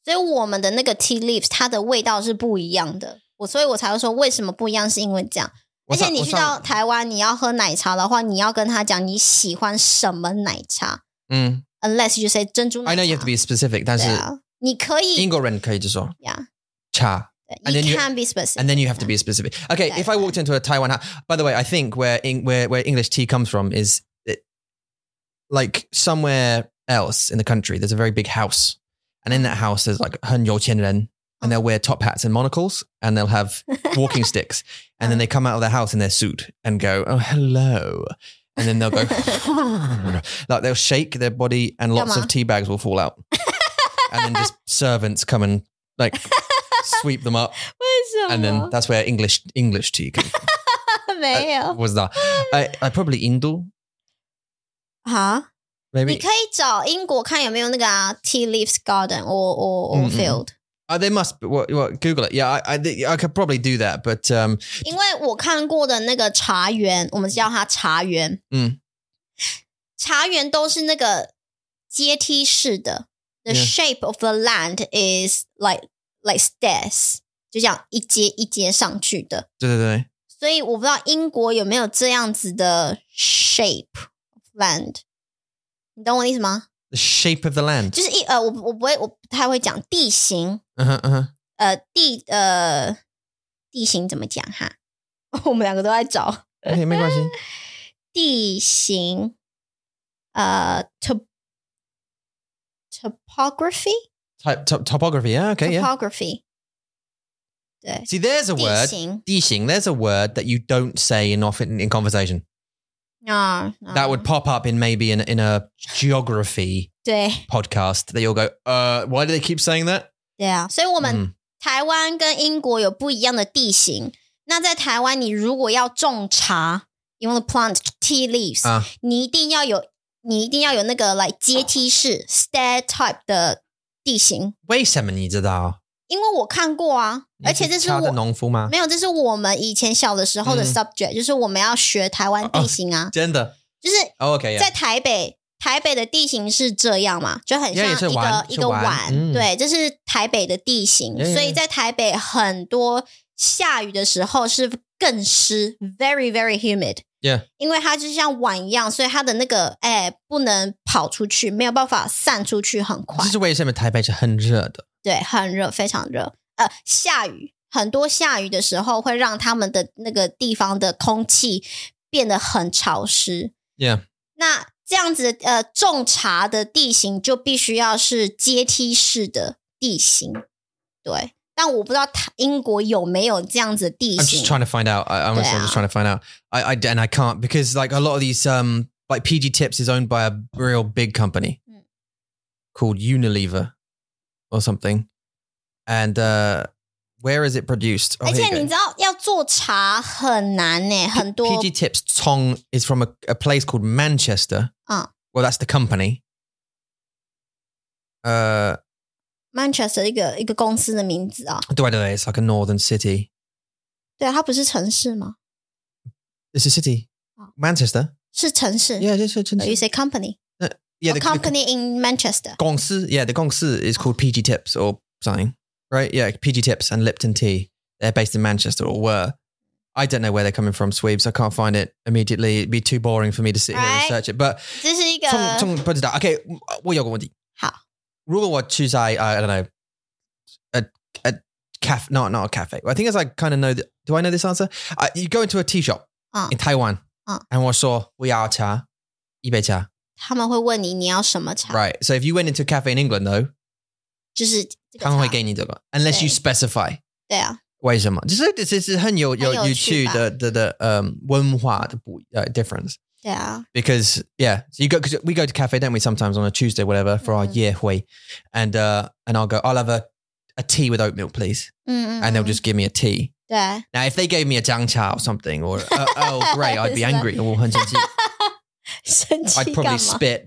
Speaker 1: 所以我们的那个 tea leaves 它的味道是不一样的。我所以，我才会说为什么不一样，是因为这样。
Speaker 2: 我
Speaker 1: 而且
Speaker 2: 上
Speaker 1: 你
Speaker 2: 我
Speaker 1: 去
Speaker 2: 上
Speaker 1: 到台湾，你要喝奶茶的话，你要跟他讲你喜欢什么奶茶
Speaker 2: 嗯
Speaker 1: ，unless you say 珍珠奶
Speaker 2: ，I
Speaker 1: 茶。
Speaker 2: know you have to be specific，但
Speaker 1: 对
Speaker 2: 是
Speaker 1: 啊，你可以
Speaker 2: 英国人可以就说
Speaker 1: 呀
Speaker 2: 茶。
Speaker 1: 对
Speaker 2: and then
Speaker 1: ，you
Speaker 2: you-
Speaker 1: can be specific。
Speaker 2: and then you have to be specific. Okay,
Speaker 1: Yeah,
Speaker 2: if I
Speaker 1: yeah.
Speaker 2: walked into a Taiwan house, by the way, I think where Eng- where where English tea comes from is it, like somewhere else in the country. There's a very big house, and in that house there's like Hun Yo Qian Ren,
Speaker 1: Oh.
Speaker 2: and they'll wear top hats and monocles, and they'll have
Speaker 1: *laughs*
Speaker 2: walking sticks, and then
Speaker 1: Oh.
Speaker 2: they come out of their house in their suit and go, "Oh, hello." And then they'll go,
Speaker 1: *laughs*
Speaker 2: *laughs* like they'll shake their body, and lots
Speaker 1: Come
Speaker 2: of
Speaker 1: on.
Speaker 2: tea bags will fall out, and
Speaker 1: *laughs*
Speaker 2: then just servants come and like sweep them up.
Speaker 1: 为什
Speaker 2: and
Speaker 1: 么
Speaker 2: then？that's where English English tea came from.
Speaker 1: *laughs* 没
Speaker 2: Uh,
Speaker 1: 有
Speaker 2: was that I, I probably Indo
Speaker 1: 啊？你
Speaker 2: maybe
Speaker 1: 可以找英国看有没有那个啊 Tea Leaves Garden or or,
Speaker 2: 嗯
Speaker 1: or
Speaker 2: 嗯嗯
Speaker 1: field。
Speaker 2: uh, they must well, well, Google it yeah I, I thi- I could probably do that but um
Speaker 1: 因为我看过的那个茶园，我们叫它茶园，
Speaker 2: 嗯，
Speaker 1: 茶园都是那个阶梯式的。The
Speaker 2: Yeah.
Speaker 1: shape of the land is like like stairs，就这样一阶一阶上去的。
Speaker 2: 对对对。
Speaker 1: 所以我不知道英国有没有这样子的 shape of land，你懂我的意思吗？
Speaker 2: the shape of the land
Speaker 1: 就是一呃，我我不会，我不太会讲地形，
Speaker 2: uh-huh, uh-huh.
Speaker 1: 呃地呃地形怎么讲哈？ *laughs* 我们两个都在找。
Speaker 2: Okay, 没关系。
Speaker 1: 地形，呃，top topography
Speaker 2: Type, top, topography yeah okay yeah
Speaker 1: topography，对，
Speaker 2: see there's a
Speaker 1: 地
Speaker 2: word
Speaker 1: 形
Speaker 2: dishing there's a word that you don't say enough in, in conversation
Speaker 1: 啊，
Speaker 2: that would pop up in maybe in, in a geography
Speaker 1: 对
Speaker 2: podcast that you'll go uh why do they keep saying that
Speaker 1: 对啊，所以我们
Speaker 2: Mm.
Speaker 1: 台湾跟英国有不一样的地形。那在台湾，你如果要种茶，you want to plant tea leaves，、
Speaker 2: 啊
Speaker 1: 你一定要有，你一定要有那个来阶梯式 stair type 的地形，
Speaker 2: 为什么你知道？
Speaker 1: 因为我看过啊，而且这是我
Speaker 2: 你是敲的农夫吗？
Speaker 1: 没有，这是我们以前小的时候的
Speaker 2: 啊嗯哦
Speaker 1: subject，、就是我们要学台湾地形啊。
Speaker 2: 真的
Speaker 1: 就是
Speaker 2: Oh, okay, yeah.
Speaker 1: 在台北，台北的地形是这样嘛，就很像
Speaker 2: Yeah，
Speaker 1: 一
Speaker 2: 也是
Speaker 1: 个
Speaker 2: 碗
Speaker 1: 一
Speaker 2: 是
Speaker 1: 个
Speaker 2: 碗嗯哎
Speaker 1: 对，这是台北的地形
Speaker 2: Yeah，yeah，
Speaker 1: 所以
Speaker 2: yeah
Speaker 1: 在台北很多下雨的时候是更湿，very very humid。
Speaker 2: Yeah
Speaker 1: 因为它就像碗一样，所以它的那个哎不能跑出去，没有办法散出去很快
Speaker 2: 这。是为什么台北是很热的？
Speaker 1: 对，很热，非常热。呃，下雨，很多下雨的时候会让他们的那个地方的空气变得很潮湿。
Speaker 2: Yeah
Speaker 1: 那这样子，呃，种茶的地形就必须要是阶梯式的地形。对，但我不知道它英国有没有这样子的地
Speaker 2: I'm just
Speaker 1: 形。
Speaker 2: trying to find out. I, honestly, I'm
Speaker 1: Yeah.
Speaker 2: just trying to find out. I, I and I can't because like a lot of these um like PG Tips is owned by a real big company
Speaker 1: Mm.
Speaker 2: called Unilever or something. And uh where is it produced? Oh,
Speaker 1: 而
Speaker 2: here
Speaker 1: 且
Speaker 2: you go.
Speaker 1: 你知道要做茶很难呢、很多
Speaker 2: PG Tips Tong is from a, a place called Manchester.
Speaker 1: Ah.
Speaker 2: Well, that's the company. Uh,
Speaker 1: Manchester 一个一个公司的名字啊，
Speaker 2: do I know? It's like a northern city.
Speaker 1: 对啊，它不是城市吗？
Speaker 2: It's a city.
Speaker 1: Ah.
Speaker 2: Manchester.
Speaker 1: 是城市。
Speaker 2: Yeah, it's, it's, it's,
Speaker 1: You say company.
Speaker 2: yeah.
Speaker 1: a company in Manchester.
Speaker 2: The, Gongsi, yeah, the Gongsi is called PG Tips or something, right? Yeah, PG Tips and Lipton Tea. They're based in Manchester or were. I don't know where they're coming from, Sweeps. I can't find it immediately. It'd be too boring for me to sit here and
Speaker 1: Right.
Speaker 2: search it. But
Speaker 1: 这是一个
Speaker 2: 从从不知道，OK，我有个问题。
Speaker 1: 好，
Speaker 2: 如果我去在 I don't know a a cafe, not not a cafe. I think it's like kind of know. The, do I know this answer? Uh, you go into a tea shop
Speaker 1: 嗯
Speaker 2: in Taiwan,
Speaker 1: 嗯
Speaker 2: and 我说我要茶，一杯茶。
Speaker 1: 他们会问你你要什么茶
Speaker 2: Right. So if you went into a cafe in England though，
Speaker 1: 就是这个
Speaker 2: 他们会
Speaker 1: 茶。
Speaker 2: 给你这个，unless
Speaker 1: 对
Speaker 2: you specify
Speaker 1: 对啊，
Speaker 2: 为什么？就是这这是很有有
Speaker 1: 很有
Speaker 2: 有
Speaker 1: 趣
Speaker 2: 趣
Speaker 1: 吧
Speaker 2: 的的的嗯文化的不呃 difference。
Speaker 1: 对啊，
Speaker 2: because yeah, so you go because we go to cafe, don't we? Sometimes on a Tuesday, whatever, for our
Speaker 1: Mhm.
Speaker 2: year hui, and uh, and I'll go, I'll have a, a tea with oatmeal, please,
Speaker 1: 嗯嗯
Speaker 2: and they'll
Speaker 1: 嗯
Speaker 2: just give me a tea.
Speaker 1: 对 *laughs* 啊
Speaker 2: Now, if they gave me a jiang cha or something or uh, oh great, *laughs* I'd be
Speaker 1: It's
Speaker 2: angry. Or 100,
Speaker 1: 生
Speaker 2: I'd
Speaker 1: 气
Speaker 2: probably
Speaker 1: 干嘛？
Speaker 2: *laughs* spit.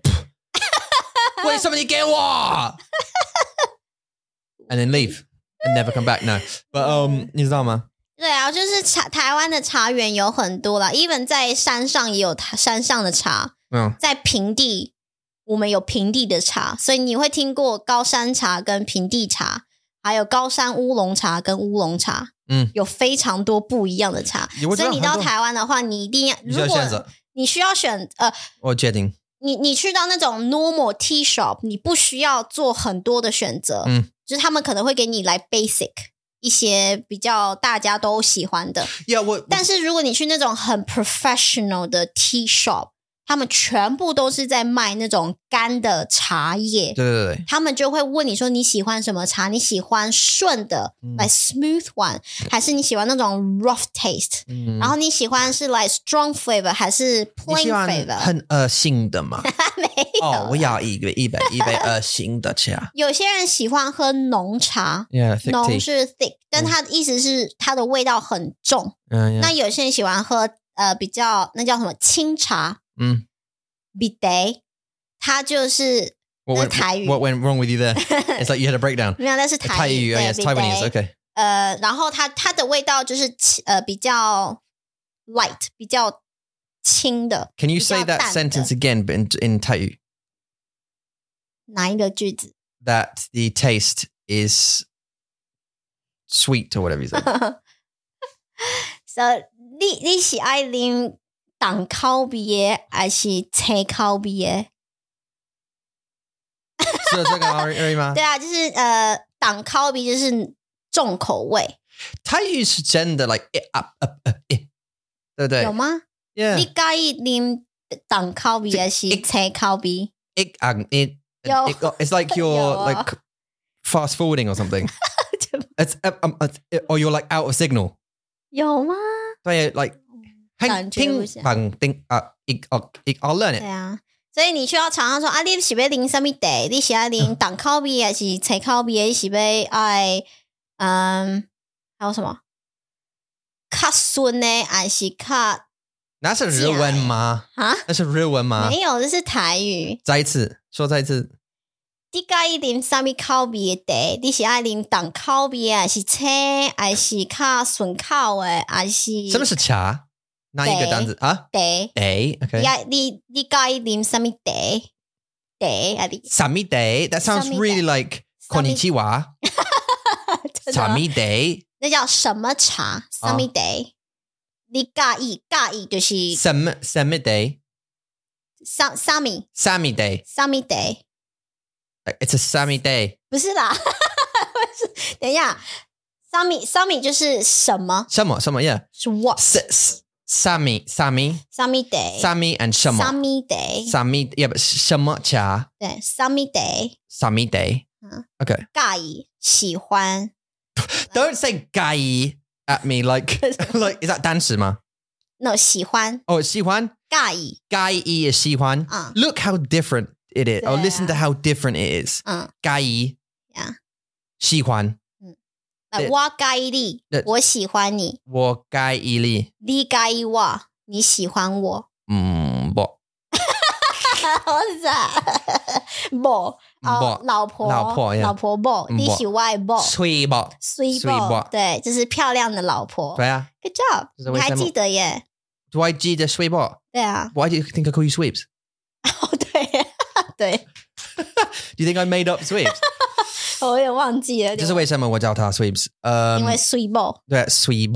Speaker 2: Wait, somebody get what? And then leave and never come back. No, but um, 你知道吗？
Speaker 1: 对啊，就是茶，台湾的茶园有很多啦，even 在山上也有它山上的茶，
Speaker 2: 嗯，
Speaker 1: 在平地我们有平地的茶，所以你会听过高山茶跟平地茶，还有高山乌龙茶跟乌龙茶，
Speaker 2: 嗯，
Speaker 1: 有非常多不一样的茶。
Speaker 2: 我知
Speaker 1: 所以
Speaker 2: 道
Speaker 1: 你
Speaker 2: 很
Speaker 1: 到
Speaker 2: 多
Speaker 1: 台湾的话，你一定要如果
Speaker 2: 你需要选择，我决
Speaker 1: 你需要选
Speaker 2: 定。
Speaker 1: 呃，你你去到那种 normal tea shop，你不需要做很多的选择，
Speaker 2: 嗯，
Speaker 1: 就是他们可能会给你来 basic 一些比较大家都喜欢的，
Speaker 2: Yeah, 我
Speaker 1: 但是如果你去那种很 professional 的 tea shop，他们全部都是在卖那种干的茶叶。
Speaker 2: 对对对，
Speaker 1: 他们就会问你说你喜欢什么茶？你喜欢顺的，
Speaker 2: 嗯
Speaker 1: 来、smooth one，还是你喜欢那种 rough taste？、
Speaker 2: 嗯。
Speaker 1: 然后你喜欢是来 strong flavor 还是 plain
Speaker 2: 你喜欢
Speaker 1: flavor？
Speaker 2: uh, *laughs* 很恶心的吗？
Speaker 1: 没有
Speaker 2: Oh,
Speaker 1: 啦
Speaker 2: uh, 哦，我要一个一杯一杯恶心的茶。
Speaker 1: 有些人喜欢喝浓茶，
Speaker 2: Yeah,
Speaker 1: 浓是 thick，但
Speaker 2: 嗯
Speaker 1: 它的意思是它的味道很重。那有些人喜欢喝呃比较那叫什么清茶，
Speaker 2: 嗯
Speaker 1: 比 day，它就是 *laughs* 那
Speaker 2: What
Speaker 1: 是台
Speaker 2: went,
Speaker 1: 语
Speaker 2: what went wrong with you *laughs* there? It's like you had a breakdown.
Speaker 1: 没有，那是
Speaker 2: A 台
Speaker 1: 语，
Speaker 2: 语，
Speaker 1: 对
Speaker 2: yes,
Speaker 1: bidai
Speaker 2: Taiwanese. Okay.
Speaker 1: 呃，然后它它的味道就是清呃比较 light，比较轻的
Speaker 2: Can you say
Speaker 1: 比较
Speaker 2: that
Speaker 1: 淡的。
Speaker 2: sentence again, but in in Taiyu?
Speaker 1: 哪一个句子？
Speaker 2: That the taste is sweet or whatever you say.
Speaker 1: 所以你你是爱啉淡口味的还是青口味的？
Speaker 2: 是这个而已吗？
Speaker 1: 对啊，就是呃淡口味就是重口味，
Speaker 2: Taiyu是真的 like eh, up up up eh. 对不对？嗯
Speaker 1: 有吗？
Speaker 2: Yeah.
Speaker 1: 你介意啉淡口味还是青口味？
Speaker 2: it um, it,
Speaker 1: Yo.
Speaker 2: it- it's like you're
Speaker 1: Yo.
Speaker 2: like fast forwarding or something.
Speaker 1: 对吧
Speaker 2: It's uh, um, it's- it- or you're like out of signal.
Speaker 1: 有吗？
Speaker 2: So yeah, like hang,
Speaker 1: 感觉
Speaker 2: ping,
Speaker 1: 不像。
Speaker 2: bang, ding, uh, it, uh, it, I'll learn
Speaker 1: 对
Speaker 2: it.
Speaker 1: 啊，所以你需要常常说啊，你是要啉什么茶？你是要啉淡口味还是青口味？你是要爱嗯，还有什么？较顺的还是较啊？
Speaker 2: That's a
Speaker 1: Yeah.
Speaker 2: real one, ma. That's a real one, ma.
Speaker 1: 没有，这是台语。
Speaker 2: 再一次，说再一次。
Speaker 1: 你介意啉啥物口味的茶？你是爱啉重口味的，还是青，还是较顺口的，还是？
Speaker 2: 什么是茶？那一个单词啊？
Speaker 1: 得，
Speaker 2: 得，OK。
Speaker 1: 要你你该啉什么得？得啊你，
Speaker 2: Sammy day. That sounds
Speaker 1: Sammy day.
Speaker 2: really like
Speaker 1: Sammy-
Speaker 2: konnichiwa.
Speaker 1: *laughs* 真的吗
Speaker 2: Sammy day.
Speaker 1: 那叫什么茶？什么得？你介意介意就是
Speaker 2: Sam Sammy day.
Speaker 1: 三三米
Speaker 2: Sammy day.
Speaker 1: 三米得，
Speaker 2: It's a Sammy day.
Speaker 1: 不是啦， *laughs* 不是。等一下，三米三米就是什么？
Speaker 2: Somewhat, somewhat, yeah.
Speaker 1: 是 what？
Speaker 2: S- s- Sammy, Sammy,
Speaker 1: 三米得，
Speaker 2: Sammy, and
Speaker 1: 三
Speaker 2: somewhat.
Speaker 1: 米得，
Speaker 2: Sammy, yeah, but somewhat cha,
Speaker 1: 对，三米得
Speaker 2: Sammy day.
Speaker 1: Huh?
Speaker 2: Okay.
Speaker 1: 介意喜欢
Speaker 2: *laughs*
Speaker 1: *laughs*
Speaker 2: Don't say gai at me like, *laughs* like, is that dancer ma?
Speaker 1: no 喜欢
Speaker 2: Oh, it's Sihuan?
Speaker 1: 介意，
Speaker 2: Gai is Sihuan.
Speaker 1: Uh.
Speaker 2: Look how different it is. Oh, listen to
Speaker 1: Yeah.
Speaker 2: how different it is.
Speaker 1: 嗯，
Speaker 2: Gai.
Speaker 1: Yeah.
Speaker 2: Sihuan.
Speaker 1: 呃
Speaker 2: 对
Speaker 1: 我介意你
Speaker 2: 对，
Speaker 1: 我喜欢你，
Speaker 2: 我该伊利，
Speaker 1: 你介意我，你喜欢我， *laughs*
Speaker 2: 嗯，不，
Speaker 1: 好 *laughs* 傻，不哦，
Speaker 2: 不
Speaker 1: 老婆
Speaker 2: 老婆呀
Speaker 1: 老婆不，
Speaker 2: 嗯
Speaker 1: 你
Speaker 2: 不
Speaker 1: 喜欢不，
Speaker 2: 吹不，
Speaker 1: 水
Speaker 2: 水不
Speaker 1: 不，对，就是漂亮的老婆
Speaker 2: 对啊。
Speaker 1: ，Good job，
Speaker 2: 这是
Speaker 1: 你
Speaker 2: 为
Speaker 1: 还
Speaker 2: 什么
Speaker 1: 记得耶？
Speaker 2: Do I G 的 sweep?
Speaker 1: 对啊， *laughs*
Speaker 2: Why do you think I call you sweeps?
Speaker 1: 哦对 *laughs* 对，
Speaker 2: Do you think I made up sweeps?
Speaker 1: 我有点忘记了，
Speaker 2: 这是为什么我叫他 sweeps？呃，
Speaker 1: 因为水不，
Speaker 2: 对 sweep，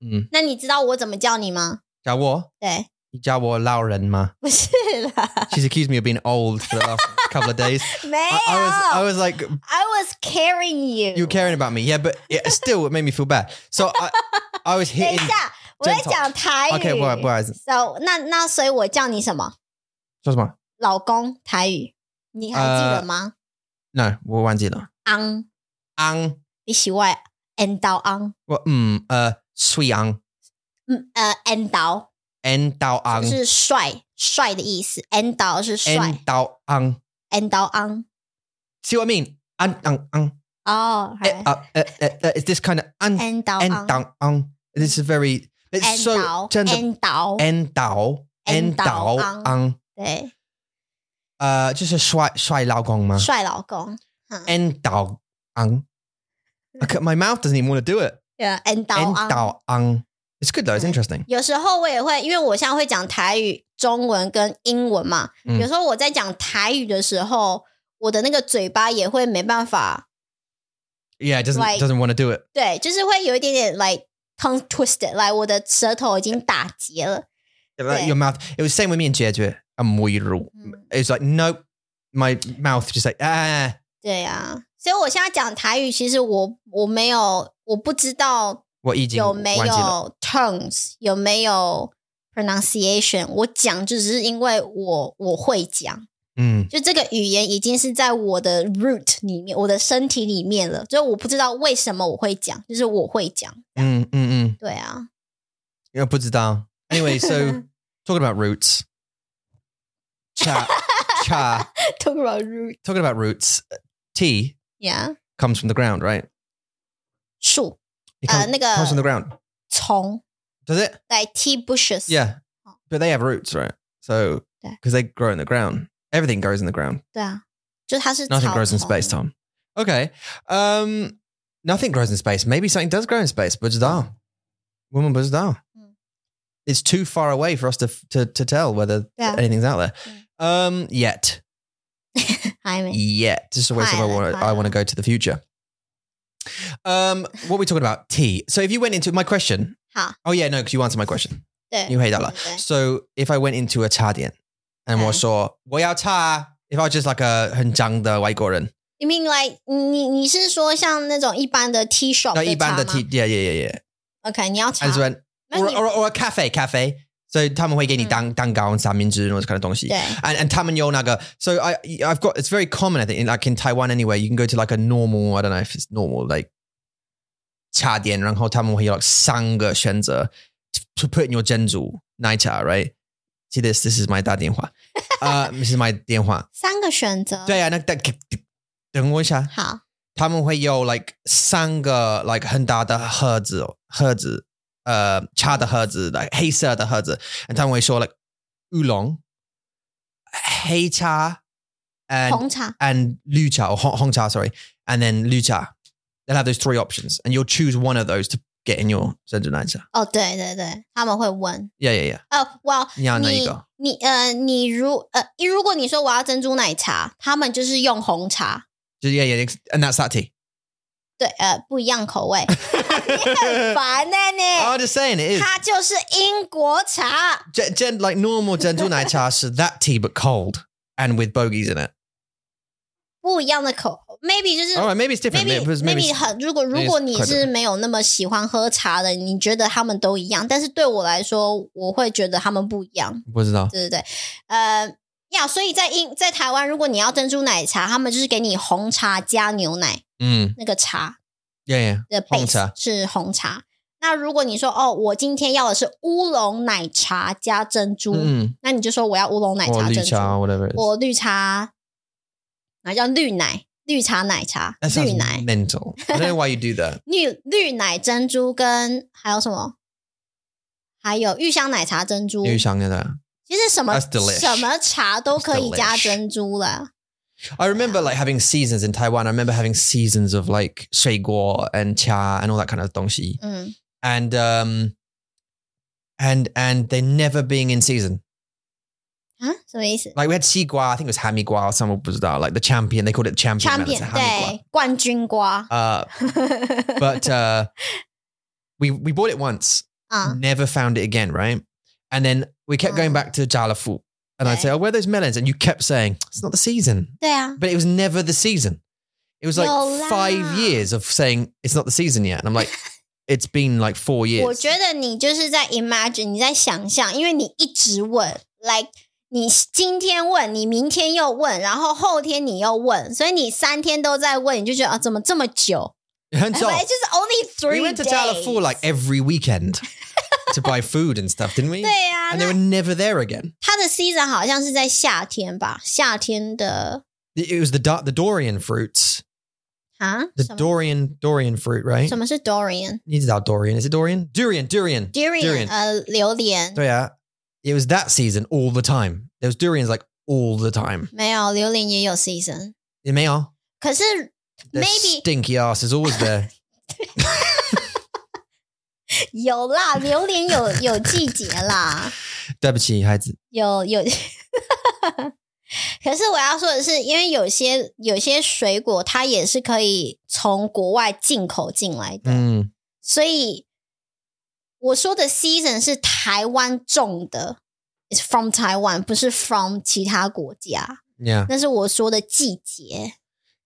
Speaker 2: 嗯，
Speaker 1: 那你知道我怎么叫你吗？
Speaker 2: 叫我，
Speaker 1: 对，
Speaker 2: 你叫我老人吗
Speaker 1: 不是啦，
Speaker 2: ？She's accused me of being old for the last couple of days.
Speaker 1: 没
Speaker 2: I, I was
Speaker 1: 有
Speaker 2: I。was like
Speaker 1: I was carrying you.
Speaker 2: you were caring about me, yeah, but it, still it made me feel bad. So I I was
Speaker 1: 等一
Speaker 2: hitting.
Speaker 1: 下，我在讲台语。
Speaker 2: OK，不好不好意思
Speaker 1: So 那那所以我叫你什么？
Speaker 2: 说什么
Speaker 1: 老公台语，你还记
Speaker 2: 呃
Speaker 1: 得吗？
Speaker 2: ？No，我忘记了。
Speaker 1: 昂，
Speaker 2: 昂，
Speaker 1: 你喜欢 end 到昂，
Speaker 2: 我嗯呃，sweet 昂
Speaker 1: 嗯呃 end 到
Speaker 2: ，and 到昂
Speaker 1: 是帅帅的意思，end 到是帅
Speaker 2: ，and 到昂。
Speaker 1: ，end 到昂。
Speaker 2: See what I mean? An, ang, ang.
Speaker 1: 哦
Speaker 2: Eh, uh, eh, eh, eh, it's this kind of an,
Speaker 1: ，end 到
Speaker 2: and
Speaker 1: 昂
Speaker 2: down, ang. This is very. It's
Speaker 1: ，end
Speaker 2: so
Speaker 1: 到
Speaker 2: turns up
Speaker 1: end 到，
Speaker 2: and dao and
Speaker 1: and
Speaker 2: dao
Speaker 1: dao,
Speaker 2: ang.
Speaker 1: 对，
Speaker 2: Uh, 就是帅帅老公吗？
Speaker 1: 帅老公，
Speaker 2: and dao ang. Okay, my mouth doesn't even want to do it.
Speaker 1: 对，end 到
Speaker 2: And
Speaker 1: 昂。
Speaker 2: dao ang. It's good though. It's
Speaker 1: Okay.
Speaker 2: interesting.
Speaker 1: 有时候我也会，因为我现在会讲台语、中文跟英文嘛。
Speaker 2: 嗯
Speaker 1: 有时候我在讲台语的时候，我的那个嘴巴也会没办法，
Speaker 2: Yeah, it doesn't
Speaker 1: Like-
Speaker 2: doesn't want to do it.
Speaker 1: 对，就是会有一点点 like tongue twisted，来、like, 我的舌头已经打结了。
Speaker 2: Like
Speaker 1: Yeah.
Speaker 2: your mouth. It was the same with me and Jeju and Moiru.
Speaker 1: 嗯
Speaker 2: It was like nope. My mouth just like ah.
Speaker 1: 对啊，所以我现在讲台语，其实我我没有，我不知道
Speaker 2: 我已经
Speaker 1: 有没
Speaker 2: 忘记了。
Speaker 1: 有 tones，有没有 pronunciation。我讲就只是因为我我会讲。
Speaker 2: 嗯，
Speaker 1: 就这个语言已经是在我的 root 里面，我的身体里面了。就是我不知道为什么我会讲，就是我会讲。
Speaker 2: 嗯嗯嗯，
Speaker 1: 对啊，
Speaker 2: 又不知道。
Speaker 1: *laughs*
Speaker 2: Anyway, so talking about roots, cha cha.
Speaker 1: *laughs* talk about root
Speaker 2: Talking about roots, tea
Speaker 1: yeah，
Speaker 2: comes from the ground, right?
Speaker 1: 树
Speaker 2: It
Speaker 1: 呃
Speaker 2: comes,
Speaker 1: 那
Speaker 2: comes from the
Speaker 1: 个
Speaker 2: ground.
Speaker 1: 丛
Speaker 2: Does it?
Speaker 1: like tea bushes
Speaker 2: Yeah,
Speaker 1: Oh.
Speaker 2: but they have roots, right? So
Speaker 1: Yeah.
Speaker 2: because they grow in the ground, everything grows in the ground.
Speaker 1: 对啊，就它是
Speaker 2: Nothing
Speaker 1: 草
Speaker 2: grows in
Speaker 1: 丛
Speaker 2: space, Tom. Okay. Um, nothing grows in space. Maybe something does grow in space.
Speaker 1: Hmm.
Speaker 2: Bujadal. Woman Bujadal.
Speaker 1: Mm.
Speaker 2: It's too far away for us to to, to tell whether
Speaker 1: Yeah. Hmm.
Speaker 2: anything's out there. Um, yet.
Speaker 1: 还没
Speaker 2: yet. Just a waste of I
Speaker 1: Pilot,
Speaker 2: want.
Speaker 1: pilot.
Speaker 2: I want to go to the future. Um, what are we talking about? Tea. So if you went into my question,
Speaker 1: Huh.
Speaker 2: oh yeah, no, because you answered my question.
Speaker 1: 对
Speaker 2: You hate that
Speaker 1: 对
Speaker 2: lot.
Speaker 1: 对对
Speaker 2: So if I went into a Tadian and
Speaker 1: Okay.
Speaker 2: was saw Wayao Ta, if I was just like a Henjang the White Goran,
Speaker 1: You mean like 你你是说像那种一般的 tea shop
Speaker 2: 那
Speaker 1: 的
Speaker 2: 一般的
Speaker 1: 茶吗
Speaker 2: tea, yeah, yeah, yeah, yeah.
Speaker 1: OK 你要查
Speaker 2: And so when-
Speaker 1: 那
Speaker 2: or,
Speaker 1: 你
Speaker 2: or, or a cafe, cafe. So 他们会给你
Speaker 1: 嗯。
Speaker 2: 蛋-蛋糕、三明治 and all this kind of 东西。
Speaker 1: 对
Speaker 2: and and Tamanyonaga. So I I've got it's very common I think in, like in Taiwan anyway. You can go to like a normal I don't know if it's normal like 茶店，然后他们会有 like 三个选择 to, to put in your 珍珠奶茶 right. See this this is my 大电话. Uh, this is my 电话.
Speaker 1: 三个选择
Speaker 2: 对啊，那等等我一下，
Speaker 1: 好
Speaker 2: 他们会有 like 三个 like 很大的盒子盒子，呃，茶的盒子，like 黑色的盒子，and 他们会说 like 乌龙、黑茶
Speaker 1: 红
Speaker 2: and
Speaker 1: 茶
Speaker 2: and 绿茶 or 红红茶 sorry and then 绿茶。They'll have those three options, and you'll choose one of those to getting your Zhenjian answer.
Speaker 1: 哦，对对对，他们会问
Speaker 2: Yeah, yeah, yeah.
Speaker 1: 哦，哇，
Speaker 2: 你要哪一
Speaker 1: 你
Speaker 2: 个？
Speaker 1: 你呃，你如呃，如果你说我要珍珠奶茶，他们就是用红茶，
Speaker 2: Just, yeah, yeah. And that's that tea.
Speaker 1: 对，呃，不一样口味，你
Speaker 2: *laughs*
Speaker 1: 很烦呢、
Speaker 2: I'm
Speaker 1: 你。
Speaker 2: just saying it is.
Speaker 1: 它就是英国茶，
Speaker 2: Gen, gen, like normal gentle night so that tea but cold and with bogeys in it.
Speaker 1: 不一样的口，maybe 就是
Speaker 2: All Oh, right, maybe it's different.
Speaker 1: maybe
Speaker 2: Maybe, 哦 maybe,
Speaker 1: maybe
Speaker 2: it's-
Speaker 1: 很，如果
Speaker 2: maybe
Speaker 1: 如
Speaker 2: it's
Speaker 1: 果你
Speaker 2: quite
Speaker 1: 是
Speaker 2: different.
Speaker 1: 没有那么喜欢喝茶的，你觉得他们都一样，但是对我来说，我会觉得他们不一样，
Speaker 2: 不知道。
Speaker 1: 对对对，呃。呀所以在英在台湾，如果你要珍珠奶茶，他们就是给你红茶加牛奶
Speaker 2: 嗯，
Speaker 1: 那个茶
Speaker 2: Mm, yeah, yeah.
Speaker 1: 的 base
Speaker 2: 红茶
Speaker 1: 是红茶。那如果你说哦，我今天要的是乌龙奶茶加珍珠，
Speaker 2: 嗯，哦
Speaker 1: 那你就说我要乌龙奶
Speaker 2: Mm, or
Speaker 1: 茶珍珠，
Speaker 2: or whatever it is.
Speaker 1: 我绿茶，那叫绿奶，绿茶奶茶
Speaker 2: That，
Speaker 1: 绿
Speaker 2: sounds
Speaker 1: 奶，
Speaker 2: mental. I don't know why you do
Speaker 1: *laughs*
Speaker 2: that.
Speaker 1: 绿绿奶珍珠跟还有什么？还有芋香奶茶珍珠，
Speaker 2: 你想一下。
Speaker 1: 其实什么
Speaker 2: That's delish.
Speaker 1: 什么茶都可以
Speaker 2: That's delish.
Speaker 1: 加珍珠了。
Speaker 2: I remember like having seasons in Taiwan. I remember having seasons of like 水果 and cha and all that kind of 东西.
Speaker 1: 嗯，
Speaker 2: And um and and they never being in season.
Speaker 1: 啊，什么意思
Speaker 2: Like we had 西瓜, I think it was hamigua or someone was that, like the champion. They called it champion.
Speaker 1: ？champion
Speaker 2: melon, it's a hamigua.
Speaker 1: 对冠军瓜， *laughs*
Speaker 2: Uh, but uh, *laughs* we we bought it once
Speaker 1: 啊，
Speaker 2: never found it again, right? And then we kept going
Speaker 1: Oh.
Speaker 2: back to Jalafu. And I'd
Speaker 1: Okay.
Speaker 2: say, Oh, where are those melons? And you kept saying, It's not the season.
Speaker 1: 对啊，
Speaker 2: But it was never the season. It was like
Speaker 1: Yola.
Speaker 2: five years of saying it's not the season yet. And *laughs* I'm like, it's been like four
Speaker 1: 我
Speaker 2: years.
Speaker 1: 觉得你就是在 imagine，你在想象，因为你一直问，like 你今天问，你明天又问，然后后天你又问，所以你三天都在问，你就觉得啊，怎么这么久？
Speaker 2: *laughs* And
Speaker 1: 哎
Speaker 2: so
Speaker 1: 反正就是 only
Speaker 2: we
Speaker 1: three
Speaker 2: went to
Speaker 1: days。
Speaker 2: Jalafu like every weekend *laughs* to buy food and stuff, didn't we?
Speaker 1: 对啊，
Speaker 2: And they
Speaker 1: 那
Speaker 2: were never there again.
Speaker 1: 它的 season 好像是在夏天吧？夏天的
Speaker 2: It was the do- the Dorian fruits,
Speaker 1: 啊
Speaker 2: the
Speaker 1: 什么
Speaker 2: Dorian Dorian fruit, right?
Speaker 1: 什么是 Dorian？Dorian
Speaker 2: Needs out Dorian. Is it Dorian? Durian, Durian, Durian.
Speaker 1: 呃，榴莲
Speaker 2: yeah, it was that season all the time. There was durians like all the time.
Speaker 1: 没有，榴莲也有 season，
Speaker 2: It may are.
Speaker 1: 可是
Speaker 2: Their
Speaker 1: Maybe-
Speaker 2: stinky ass is always there.
Speaker 1: 有啦，榴莲有有季节啦。
Speaker 2: 对不起，孩子。
Speaker 1: 有
Speaker 2: Yeah,
Speaker 1: 有，可是我要说的是，因为有些有些水果它也是可以从国外进口进来的，
Speaker 2: Mm.
Speaker 1: 所以我说的 season 是台湾种的，is from 台湾，不是 from 其他国家，
Speaker 2: yeah.
Speaker 1: 那是我说的季节。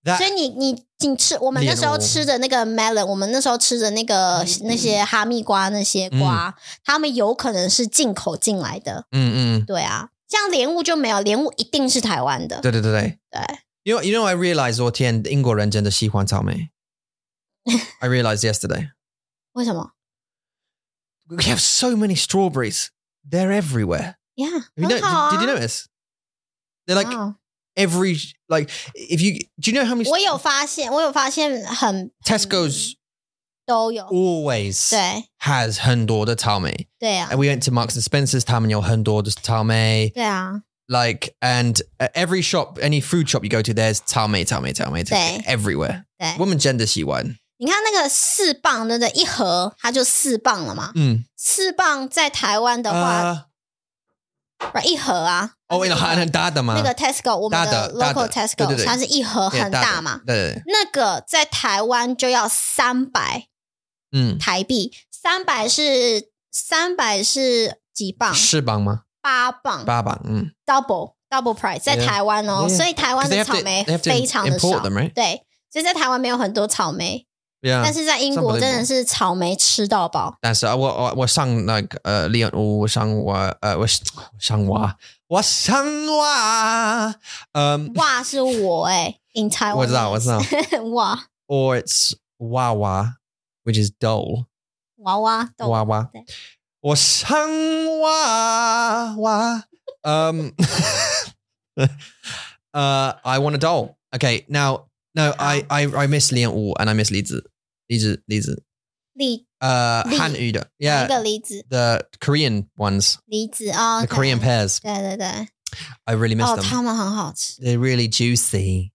Speaker 2: That
Speaker 1: 所以你你你吃我们那时候
Speaker 2: 莲藕
Speaker 1: 吃的那个 melon，我们那时候吃的那个那些哈密瓜那些瓜，他们有可能是进口进来的。
Speaker 2: 嗯嗯，对对
Speaker 1: 对
Speaker 2: 对。
Speaker 1: 啊，像莲雾就没有，莲雾一定是台湾的。对。
Speaker 2: You know, you know, I realized 昨天英国人真的喜欢草莓。I realized yesterday.
Speaker 1: 为什么
Speaker 2: We have so many strawberries. They're everywhere.
Speaker 1: 呀
Speaker 2: Have you
Speaker 1: 很
Speaker 2: know,
Speaker 1: 好啊。
Speaker 2: did, did you notice? They're like
Speaker 1: 哇
Speaker 2: every like if you do you know how many
Speaker 1: 我有发现，我有发现很
Speaker 2: Tesco's
Speaker 1: 都有。
Speaker 2: always
Speaker 1: 对
Speaker 2: has 很多的草莓。
Speaker 1: 对啊
Speaker 2: And，we went to Marks and Spencer's, 他们有很多的草莓,
Speaker 1: 对啊，
Speaker 2: like, and uh, every shop, any food shop you go to, there's 草莓,草莓,草莓,
Speaker 1: There.
Speaker 2: everywhere.
Speaker 1: 对。
Speaker 2: Woman gender 喜欢.
Speaker 1: 你看那个四磅，对不对？一盒它就四磅了嘛。
Speaker 2: Mm.
Speaker 1: 四磅在台湾的话，
Speaker 2: Uh,
Speaker 1: 不是一盒啊。
Speaker 2: oh,
Speaker 1: 它 *laughs*
Speaker 2: in
Speaker 1: 是一盒那个 Tesco，我们
Speaker 2: 大
Speaker 1: 的
Speaker 2: 的大的
Speaker 1: local
Speaker 2: 对对
Speaker 1: Tesco，
Speaker 2: 对
Speaker 1: 它是一盒很大嘛。那个在台湾就要三百台币，三百是三百是几磅？八磅，double double price，在
Speaker 2: Yeah.
Speaker 1: 台湾哦
Speaker 2: Yeah.
Speaker 1: 所以台湾
Speaker 2: Because they
Speaker 1: 的
Speaker 2: have to-
Speaker 1: 草莓
Speaker 2: they have to
Speaker 1: 非常的
Speaker 2: import
Speaker 1: 少
Speaker 2: them, right? 啊
Speaker 1: 对，所以在台湾没有很多草莓
Speaker 2: Yeah.
Speaker 1: 但是在英国
Speaker 2: unbelievable.
Speaker 1: 真的是草莓吃到
Speaker 2: *laughs*
Speaker 1: 饱。
Speaker 2: 但是啊，我我我上那个呃，利用我我上我呃，我我上娃，我上娃，嗯，
Speaker 1: 哇，是我哎、欸、，in Taiwan，
Speaker 2: 我知道我知道
Speaker 1: *laughs* 哇，
Speaker 2: ，or it's 娃娃，which is doll，
Speaker 1: 娃娃豆，
Speaker 2: 娃娃
Speaker 1: 对，
Speaker 2: 我上娃娃， *laughs* 嗯，呃，I uh, want a doll. Okay, now no, I I I miss 利用我 and I miss 栗子，栗子栗子，
Speaker 1: 栗
Speaker 2: 呃，
Speaker 1: 栗
Speaker 2: 汉语的
Speaker 1: 哪一个
Speaker 2: ，Yeah,
Speaker 1: 梨子，
Speaker 2: the Korean ones,
Speaker 1: 梨子啊、
Speaker 2: the
Speaker 1: 对
Speaker 2: Korean pears.
Speaker 1: 对对对，
Speaker 2: I really miss
Speaker 1: 哦，
Speaker 2: them.
Speaker 1: 他们很好吃。
Speaker 2: They're really juicy.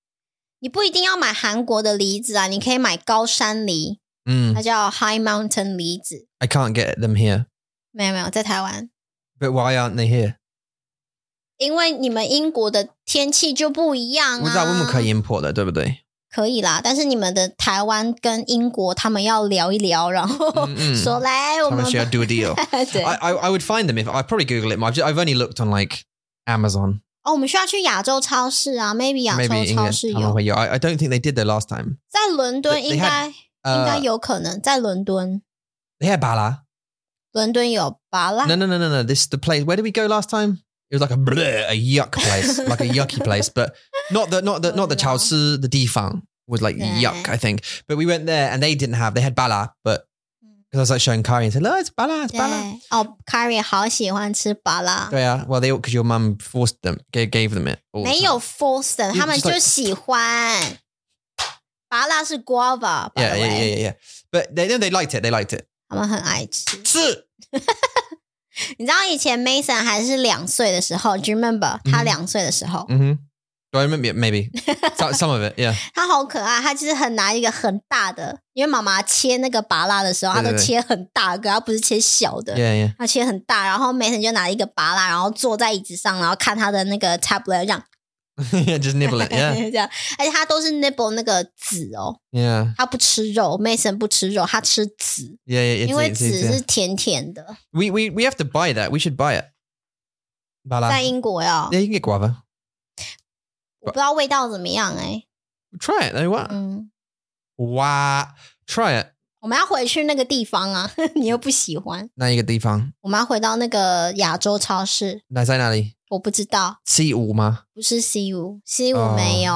Speaker 1: 你不一定要买韩国的梨子啊，你可以买高山梨，
Speaker 2: Mm,
Speaker 1: 它叫 High Mountain 梨子。
Speaker 2: I can't get them here.
Speaker 1: 没有没有，在台湾，
Speaker 2: But why aren't they here?
Speaker 1: 因为你们英国的天气就不一样啊。
Speaker 2: 我知道我们可以 import 的，对不对？
Speaker 1: 可以啦，但是你们的台湾跟英国他们要聊一聊，然后
Speaker 2: 嗯
Speaker 1: *laughs* *laughs*
Speaker 2: 嗯
Speaker 1: 说来我
Speaker 2: 他
Speaker 1: 们
Speaker 2: 们需要哎 do a deal。
Speaker 1: *laughs* 对
Speaker 2: I, I I would find them if I probably Google it. I've, just, I've only looked on like Amazon,
Speaker 1: 哦，我们需要去亚洲超市啊，maybe 亚
Speaker 2: maybe
Speaker 1: 洲
Speaker 2: England.
Speaker 1: 超市有，
Speaker 2: 他们会有。I, I don't think they did though last time.
Speaker 1: 在伦敦
Speaker 2: They- they
Speaker 1: 应该
Speaker 2: had-
Speaker 1: 应该
Speaker 2: Uh,
Speaker 1: 有可能，在伦敦，
Speaker 2: they had bala.
Speaker 1: 伦敦有巴拉
Speaker 2: No no no no no. This the place. Where did we go last time? It was like a bleh,
Speaker 1: *laughs*
Speaker 2: a yuck place, like a yucky place, but not the not the not the
Speaker 1: Wow.
Speaker 2: Chao Si, the Difang was like
Speaker 1: Yeah.
Speaker 2: yuck, I think. But we went there and they didn't have. They had bala, but
Speaker 1: Mm.
Speaker 2: because I was like showing Kari and said, "Look, it's bala, it's
Speaker 1: 对
Speaker 2: bala."
Speaker 1: 哦 c a r r y 好喜欢吃巴拉，
Speaker 2: Yeah, well, they because your mum forced them, gave, gave them it. all the
Speaker 1: 没
Speaker 2: time.
Speaker 1: 有 Forson，
Speaker 2: You
Speaker 1: 他们
Speaker 2: just like-
Speaker 1: 就喜欢巴拉是 guava，by
Speaker 2: Yeah,
Speaker 1: the
Speaker 2: yeah, yeah,
Speaker 1: way
Speaker 2: yeah, yeah. But they no, they liked it. They liked it.
Speaker 1: 他们很爱吃。
Speaker 2: 是
Speaker 1: 你知道以前 Mason 还是两岁的时候，Do you remember
Speaker 2: 嗯
Speaker 1: 他两岁的时候，
Speaker 2: Mm-hmm. Do I remember? it? Maybe some, some of it. Yeah.
Speaker 1: 他好可爱，他就是很拿一个很大的，因为妈妈切那个拔辣的时候，他
Speaker 2: 对对
Speaker 1: 都
Speaker 2: 对
Speaker 1: 切很大个，他不是切小的。
Speaker 2: Yeah, yeah.
Speaker 1: 他切很大，然后 Mason 就拿一个拔蜡，然后坐在椅子上，然后看他的那个 tablet 这样
Speaker 2: yeah. *laughs* Just nibble
Speaker 1: *laughs*
Speaker 2: it. Yeah,
Speaker 1: 这样，而且他都是 nibble 那个籽哦，
Speaker 2: yeah,
Speaker 1: 他不吃肉，Mason 不吃肉，他吃籽，
Speaker 2: yeah, yeah.
Speaker 1: 因
Speaker 2: It's,
Speaker 1: 为
Speaker 2: it's,
Speaker 1: 籽
Speaker 2: it's,
Speaker 1: 是
Speaker 2: yeah.
Speaker 1: 甜甜的，
Speaker 2: We we we have to buy that. We should buy it.
Speaker 1: 在
Speaker 2: Bala.
Speaker 1: 英国呀
Speaker 2: Yeah,，you can get guava.
Speaker 1: 我不知道味道怎么样哎、
Speaker 2: Try it. Though. What?
Speaker 1: 嗯，
Speaker 2: Wow. Try it.
Speaker 1: 我们要回去那个地方啊， *laughs* 你又不喜欢，
Speaker 2: Now you get the fang.
Speaker 1: 我们要回到那个亚洲超市，我不知道，
Speaker 2: That
Speaker 1: 不是 C 五，C 五
Speaker 2: 哦
Speaker 1: 没有。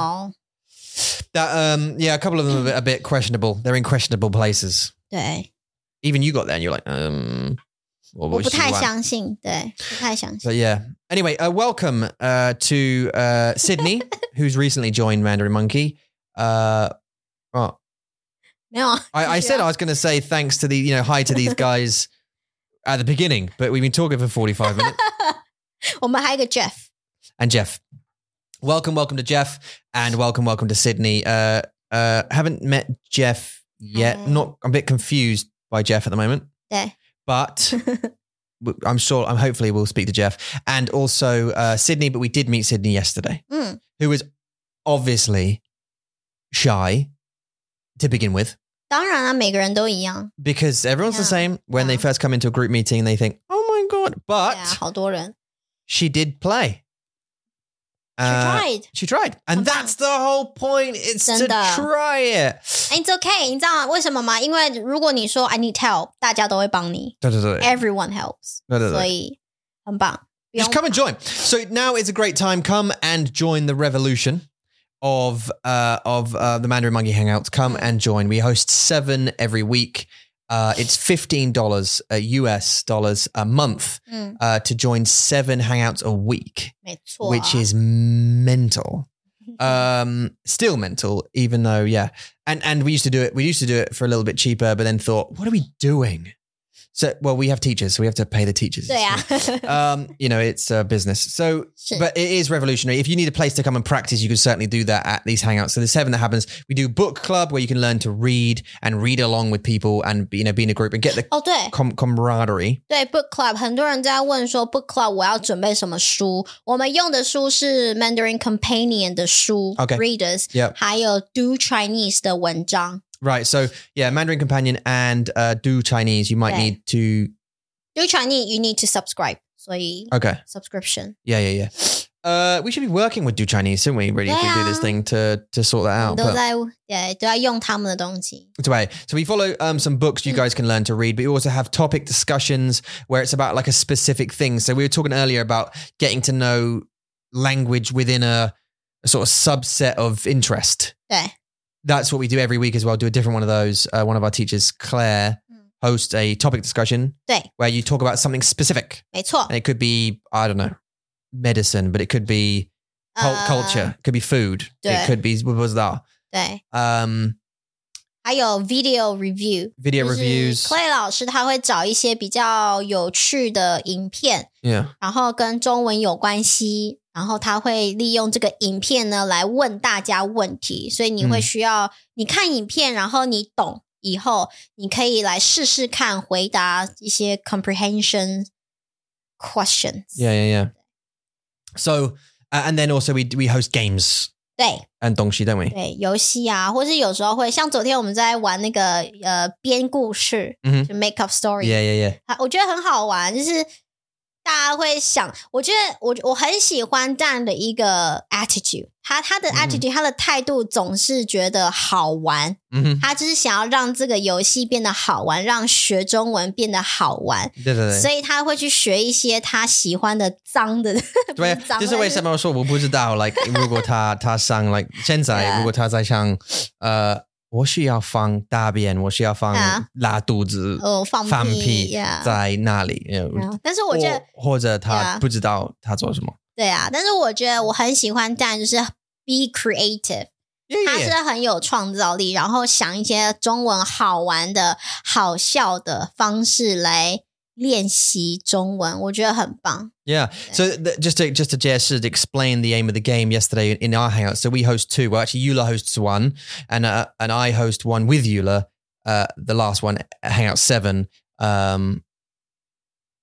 Speaker 2: um yeah, a couple of them are a bit, a bit questionable. They're in questionable places.
Speaker 1: 对，
Speaker 2: Even you got there, and you're like, um,
Speaker 1: 我
Speaker 2: what
Speaker 1: 不
Speaker 2: was she
Speaker 1: 太
Speaker 2: like?
Speaker 1: 相信，对，不太相信。
Speaker 2: But yeah. Anyway, uh, welcome uh, to uh, Sydney, who's recently joined Mandarin Monkey. Uh, oh,
Speaker 1: 没有啊，
Speaker 2: I, I said I was going to say thanks to the you know hi to these guys at the beginning, but we've been talking for forty five minutes.
Speaker 1: 我们还有一个 Jeff，
Speaker 2: And Jeff, welcome, welcome to Jeff, and welcome, welcome to Sydney. Uh, uh, haven't met Jeff yet.
Speaker 1: Hi.
Speaker 2: Not. I'm a bit confused by Jeff at the moment.
Speaker 1: Yeah.
Speaker 2: But. w- I'm sure. I'm hopefully we'll speak to Jeff and also uh, Sydney. But we did meet Sydney yesterday.
Speaker 1: 嗯，
Speaker 2: who was obviously shy to begin with
Speaker 1: 当然了，啊每个人都一样，
Speaker 2: because everyone's the
Speaker 1: Yeah.
Speaker 2: same when they
Speaker 1: Yeah.
Speaker 2: first come into a group meeting they think oh my god
Speaker 1: 对
Speaker 2: but
Speaker 1: 啊，好多人。
Speaker 2: she did play Uh,
Speaker 1: She tried.
Speaker 2: she tried and
Speaker 1: Come
Speaker 2: that's the whole point it's to
Speaker 1: 真的。
Speaker 2: try
Speaker 1: And
Speaker 2: it
Speaker 1: 哎 It's okay，你知道为什么吗？因为如果你说 I need help，大家都会帮你
Speaker 2: 对，对，对，
Speaker 1: ，Everyone helps，
Speaker 2: 对，对，对。
Speaker 1: 所以很棒。不用
Speaker 2: just come and join so now is a great time come and join the revolution of uh of uh, the mandarin monkey hangouts come and join we host seven every week uh, it's fifteen dollars uh, US dollars a month
Speaker 1: 嗯，
Speaker 2: uh, to join seven hangouts a week,
Speaker 1: 没错啊。
Speaker 2: which is mental. Um, still mental, even though yeah. And and we used to do it. We used to do it for a little bit cheaper, but then thought, what are we doing? So well, we have teachers, so we have to pay the teachers.
Speaker 1: *laughs*
Speaker 2: *laughs*
Speaker 1: 对啊，
Speaker 2: um, you know, it's a business. So,
Speaker 1: *laughs* 是
Speaker 2: but it is revolutionary. If you need a place to come and practice, you can certainly do that at these hangouts. So there's seven that happens. We do book club where you can learn to read and read along with people and you know be in a group and get the
Speaker 1: 哦，对
Speaker 2: com- camaraderie.
Speaker 1: 对，Book Club，很多人在问说 Book Club 我要准备什么书？我们用的书是 Mandarin Companion 的书
Speaker 2: OK
Speaker 1: ，Readers，
Speaker 2: Yeah.
Speaker 1: 还有 Do Chinese 的文章。
Speaker 2: Right. So yeah, Mandarin Companion and uh, Do Chinese. You might
Speaker 1: Right.
Speaker 2: need to.
Speaker 1: Do Chinese you need to subscribe，所以
Speaker 2: Okay.
Speaker 1: subscription。
Speaker 2: Yeah. Yeah. Yeah. Uh, we should be working with Do Chinese, shouldn't we? Really, if we do this
Speaker 1: Yeah.
Speaker 2: thing to to sort that
Speaker 1: 我们
Speaker 2: out.
Speaker 1: 都
Speaker 2: But
Speaker 1: 在对都在用他们的东西，
Speaker 2: it's okay. So we follow um, some books you guys can learn to read, but you also have topic discussions where it's about like a specific thing. So we were talking earlier about getting to know language within a, a sort of subset of interest.
Speaker 1: 对，
Speaker 2: that's what we do every week as well. Do a different one of those. Uh, one of our teachers, Claire,
Speaker 1: Mm.
Speaker 2: hosts a topic discussion
Speaker 1: Right.
Speaker 2: where you talk about something specific,
Speaker 1: 没错
Speaker 2: and，it could be I don't know medicine, but it could be cul-
Speaker 1: 呃
Speaker 2: culture, it could be food,
Speaker 1: yeah.
Speaker 2: it could be what was that?
Speaker 1: 对，
Speaker 2: Um,
Speaker 1: 还有 video review。
Speaker 2: video
Speaker 1: 就是
Speaker 2: reviews,
Speaker 1: Clay 老师他会找一些比较有趣的影片，
Speaker 2: yeah,
Speaker 1: 然后跟中文有关系，然后他会利用这个影片呢来问大家问题，所以你会
Speaker 2: 嗯
Speaker 1: 需要、你看影片，然后你懂。以后，你可以来试试看回答一些 comprehension questions。
Speaker 2: Yeah, yeah, yeah. So, uh, and then also we we host games
Speaker 1: 对
Speaker 2: and Dongxi, don't we?
Speaker 1: 对，游戏啊，或是有时候会像昨天我们在玩那个呃编故事，
Speaker 2: 嗯哼
Speaker 1: 就 make up story，
Speaker 2: Yeah, yeah, yeah.
Speaker 1: 啊，我觉得很好玩，就是大家会想，我觉得我我很喜欢这样的一个 attitude，他他的
Speaker 2: 嗯
Speaker 1: attitude，、他的态度总是觉得好玩，
Speaker 2: Mm-hmm.
Speaker 1: 他就是想要让这个游戏变得好玩，让学中文变得好玩。
Speaker 2: 对对
Speaker 1: 所以他会去学一些他喜欢的脏的，不
Speaker 2: 对，
Speaker 1: 脏
Speaker 2: 就是为什么说我不知道，like
Speaker 1: *laughs*
Speaker 2: 如果他他上 like 现在
Speaker 1: Yeah.
Speaker 2: 如果他在上呃，我需要放大便，我需要放
Speaker 1: Yeah.
Speaker 2: 拉肚子、
Speaker 1: 哦放屁
Speaker 2: 放屁
Speaker 1: yeah
Speaker 2: 在那里？you know，
Speaker 1: 但是我觉得
Speaker 2: 或或者他
Speaker 1: Yeah.
Speaker 2: 不知道他做什么，
Speaker 1: 对啊，但是我觉得我很喜欢蛋，就是 be creative，他是很有创造力，然后想一些中文好玩的、好笑的方式来练习中文，我觉得很棒。
Speaker 2: Yeah. So th- just to just to just to explain the aim of the game yesterday in our hangout. So we host two. Well, actually, Eula hosts one, and uh, and I host one with Eula. Uh, the last one, hangout seven, um,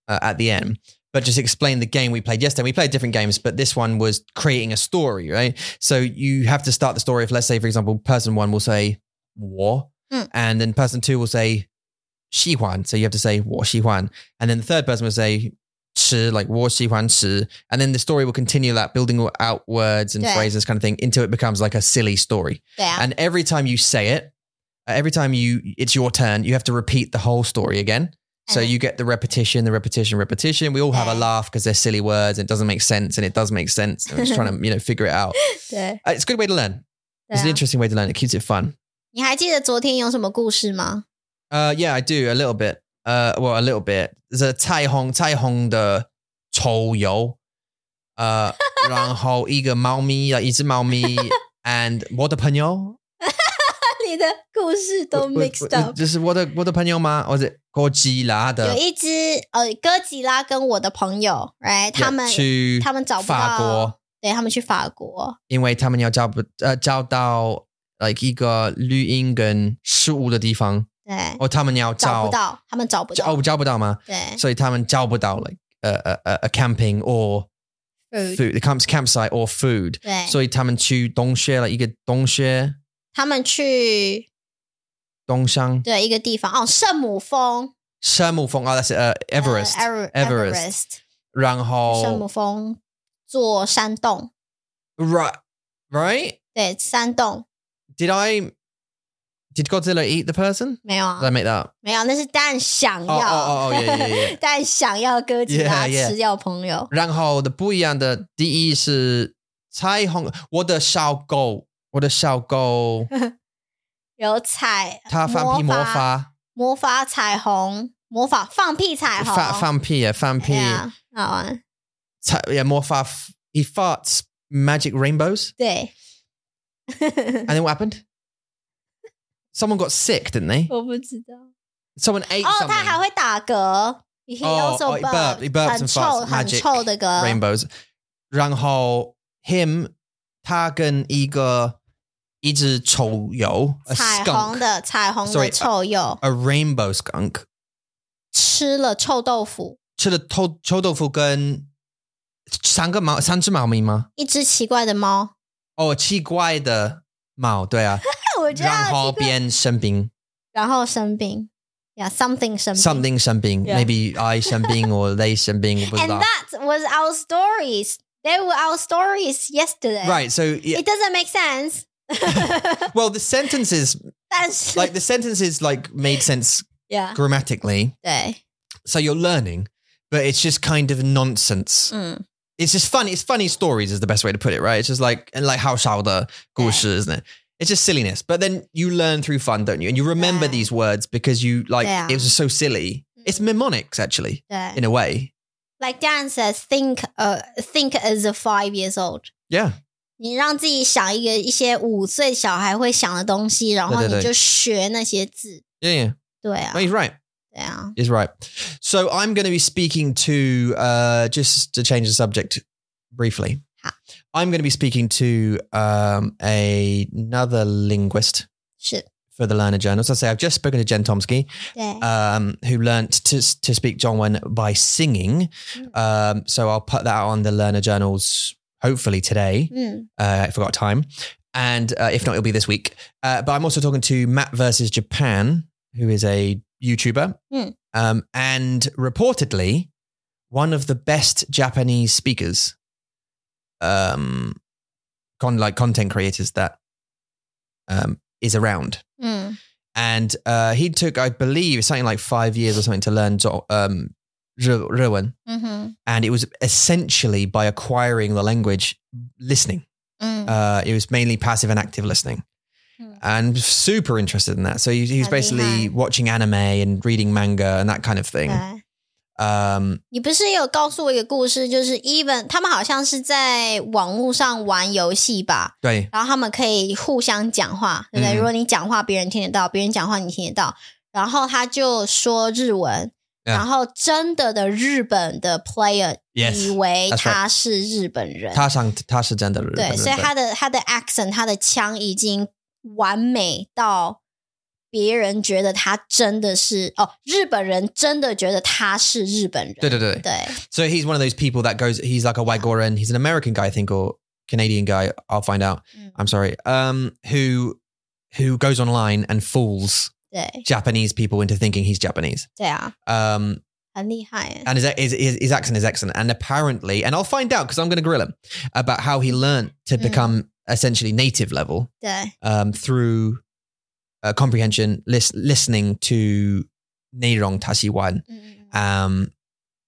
Speaker 2: uh, at the end. But just explain the game we played yesterday. We played different games, but this one was creating a story, right? So you have to start the story. If let's say, for example, person one will say "war,"
Speaker 1: Mm.
Speaker 2: and then person two will say "喜欢," so you have to say "我喜欢," and then the third person will say 吃, like 我喜欢吃, and then the story will continue like building out words and
Speaker 1: Yeah.
Speaker 2: phrases kind of thing until it becomes like a silly story.
Speaker 1: 对啊，
Speaker 2: And every time you say it, uh, every time you it's your turn, you have to repeat the whole story again. So
Speaker 1: Uh-huh.
Speaker 2: you get the repetition, the repetition, repetition. We all have a
Speaker 1: Yeah.
Speaker 2: laugh because they're silly words and it doesn't make sense and it does make sense. And we're just trying to, you know, figure it out.
Speaker 1: 对，
Speaker 2: Uh, It's a good way to learn.
Speaker 1: 对
Speaker 2: It's
Speaker 1: 啊
Speaker 2: an interesting way to learn. It keeps it fun.
Speaker 1: 你还记得昨天有什么故事吗？
Speaker 2: Uh, yeah, I do a little bit. Uh, well, a little bit. There's a Tai Hong, Tai Hong 的臭油. Uh, 然后一个猫咪，一只猫咪，and 我的朋友，
Speaker 1: *laughs* 你的故事都
Speaker 2: 我我
Speaker 1: mixed
Speaker 2: 我
Speaker 1: up。
Speaker 2: 就是我的我的朋友吗？或者哥吉拉
Speaker 1: 有
Speaker 2: 的，
Speaker 1: 一只呃，哥吉拉跟我的朋友，right，他们
Speaker 2: 去
Speaker 1: 他们找不到
Speaker 2: 法国，
Speaker 1: 对他们去法国，
Speaker 2: 因为他们要找不呃找到 like 一个绿荫跟食物的地方，
Speaker 1: 对，
Speaker 2: 哦，他们要
Speaker 1: 找
Speaker 2: 找
Speaker 1: 不到，他们找不
Speaker 2: 哦
Speaker 1: 到，嗯
Speaker 2: 找不到吗？
Speaker 1: 对
Speaker 2: 所以他们找不到 like 呃呃呃呃 camping
Speaker 1: ，food
Speaker 2: or
Speaker 1: 嗯
Speaker 2: food the camp campsite or food，
Speaker 1: 对，
Speaker 2: 所以他们去洞穴了一个洞穴
Speaker 1: 他们去
Speaker 2: 东山
Speaker 1: 对一个地方哦，圣母峰
Speaker 2: 山姆峰啊，那是呃
Speaker 1: 呃
Speaker 2: Everest
Speaker 1: Ever-
Speaker 2: Everest，
Speaker 1: Everest
Speaker 2: 然
Speaker 1: 圣母
Speaker 2: 后
Speaker 1: 峰做山洞，
Speaker 2: right right
Speaker 1: 对，山洞
Speaker 2: did I did Godzilla eat the person?
Speaker 1: 没有
Speaker 2: Did I
Speaker 1: 啊，
Speaker 2: make that up?
Speaker 1: 没有，那是蛋想
Speaker 2: 哦哦
Speaker 1: 要
Speaker 2: 哦哦，yeah, yeah,
Speaker 1: *laughs*
Speaker 2: yeah
Speaker 1: 蛋想要哥吉拉
Speaker 2: Yeah, yeah
Speaker 1: 吃掉朋友，
Speaker 2: 然后的不一样的，第一 E 是彩虹，我的小狗，我的小 *laughs* 狗，
Speaker 1: 有彩，
Speaker 2: 它放屁魔法，
Speaker 1: 魔法彩虹，魔法放屁彩虹，
Speaker 2: 放放屁耶，放屁
Speaker 1: 对，啊，好玩，
Speaker 2: 彩也魔法，he farts magic rainbows。
Speaker 1: 对， *laughs*
Speaker 2: And then what happened? Someone got sick, didn't they?
Speaker 1: 我不知道。
Speaker 2: Someone ate
Speaker 1: 哦，
Speaker 2: something.
Speaker 1: 他还会打嗝。He
Speaker 2: Oh,
Speaker 1: also
Speaker 2: oh, he burped. He burped
Speaker 1: 很
Speaker 2: and
Speaker 1: 臭
Speaker 2: farts.
Speaker 1: 很
Speaker 2: Magic
Speaker 1: 臭的嗝。
Speaker 2: rainbows. 然后 him 他跟一个一只丑鼬，a
Speaker 1: 彩虹
Speaker 2: skunk,
Speaker 1: 的彩虹的
Speaker 2: Sorry, 啊
Speaker 1: 臭鼬
Speaker 2: a rainbow skunk
Speaker 1: 吃了臭豆腐，
Speaker 2: 吃了臭臭豆腐跟三个猫三只猫咪吗？
Speaker 1: 一只奇怪的猫。
Speaker 2: 哦，奇怪的猫，对啊，
Speaker 1: *laughs* 我知道
Speaker 2: 然后
Speaker 1: 奇怪
Speaker 2: 变生病
Speaker 1: 然后生病，Yeah, something 生病。
Speaker 2: ，something 生病
Speaker 1: Yeah.
Speaker 2: ，maybe I 生病 or they 生病，我不知
Speaker 1: And
Speaker 2: 道。
Speaker 1: that was our stories. They were our stories yesterday.
Speaker 2: Right, so
Speaker 1: *laughs*
Speaker 2: yeah,
Speaker 1: It doesn't make sense. *laughs*
Speaker 2: well, the sentences
Speaker 1: 但是
Speaker 2: *laughs* like the sentences like made sense
Speaker 1: ，Yeah，
Speaker 2: grammatically
Speaker 1: 对，
Speaker 2: so you're learning but it's just kind of nonsense
Speaker 1: 嗯，
Speaker 2: it's just funny it's funny stories is the best way to put it right it's just like and like how the gushi isn't it it's just silliness but then you learn through fun don't you and you remember
Speaker 1: Yeah.
Speaker 2: these words because you like
Speaker 1: Yeah. Mm.
Speaker 2: it was so silly it's mnemonics actually
Speaker 1: 对。
Speaker 2: in a way
Speaker 1: Like Dan says, think, uh, think as a five years old.
Speaker 2: yeah
Speaker 1: 你让自己想一个一些五岁小孩会想的东西，然后
Speaker 2: 对对
Speaker 1: 你
Speaker 2: 对
Speaker 1: 就学那些字。
Speaker 2: yeah yeah
Speaker 1: 对啊
Speaker 2: no,，he's right
Speaker 1: 对啊，
Speaker 2: He's right so i'm going to be speaking to uh just to change the subject briefly
Speaker 1: Ha.
Speaker 2: i'm going to be speaking to um a, another linguist
Speaker 1: 是
Speaker 2: for the learner journals. I say I've just spoken to Jen Tomsky,
Speaker 1: 对
Speaker 2: um, who learnt to to speak Zhongwen by singing. Um, so I'll put that out on the learner journals hopefully today.
Speaker 1: 嗯，
Speaker 2: Uh, I forgot time, and uh, if not, it'll be this week. Uh, but I'm also talking to Matt versus Japan, who is a YouTuber,
Speaker 1: Hmm.
Speaker 2: um, and reportedly one of the best Japanese speakers, um, con- like content creators that um, is around.
Speaker 1: 嗯，
Speaker 2: And uh, he took, I believe, something like five years or something to learn Zo- um, Ru- Ruan.
Speaker 1: 嗯哼，
Speaker 2: And it was essentially by acquiring the language, listening.
Speaker 1: 嗯，
Speaker 2: Uh, it was mainly passive and active listening.
Speaker 1: Hmm.
Speaker 2: And super interested in that. So he, he
Speaker 1: That'd
Speaker 2: was
Speaker 1: be
Speaker 2: basically
Speaker 1: hard.
Speaker 2: watching anime and reading manga and that kind of thing.
Speaker 1: 对。
Speaker 2: Um,
Speaker 1: 你不是有告诉我一个故事，就是 even 他们好像是在网络上玩游戏吧，
Speaker 2: 对
Speaker 1: 然后他们可以互相讲话，对不对？
Speaker 2: 嗯
Speaker 1: 如果你讲话，别人听得到；别人讲话，你听得到。然后他就说日文
Speaker 2: Yeah.
Speaker 1: 然后真的的日本的 player 以
Speaker 2: yes.
Speaker 1: 为
Speaker 2: that's right.
Speaker 1: 他是日本人，
Speaker 2: 他上他是真的日
Speaker 1: 对，所以他的他的 accent，他的腔已经完美到别人觉得他真的是哦，日本人真的觉得他是日本人，
Speaker 2: 对对对。
Speaker 1: 对
Speaker 2: So he's one of those people that goes. He's like a Wagoran. He's an American guy, I think, or Canadian guy. I'll find out.
Speaker 1: 嗯
Speaker 2: I'm sorry. Um, who who goes online and fools
Speaker 1: 对
Speaker 2: Japanese people into thinking he's Japanese.
Speaker 1: 对啊，
Speaker 2: Um,
Speaker 1: 很厉害耶，
Speaker 2: and his, his, his, his accent is excellent. And apparently, and I'll find out because I'm going to grill him about how he learned to
Speaker 1: Mm.
Speaker 2: become essentially native level
Speaker 1: 对
Speaker 2: um, through uh, comprehension, lis- listening to Neirong Tashiwan,
Speaker 1: 嗯，嗯
Speaker 2: um,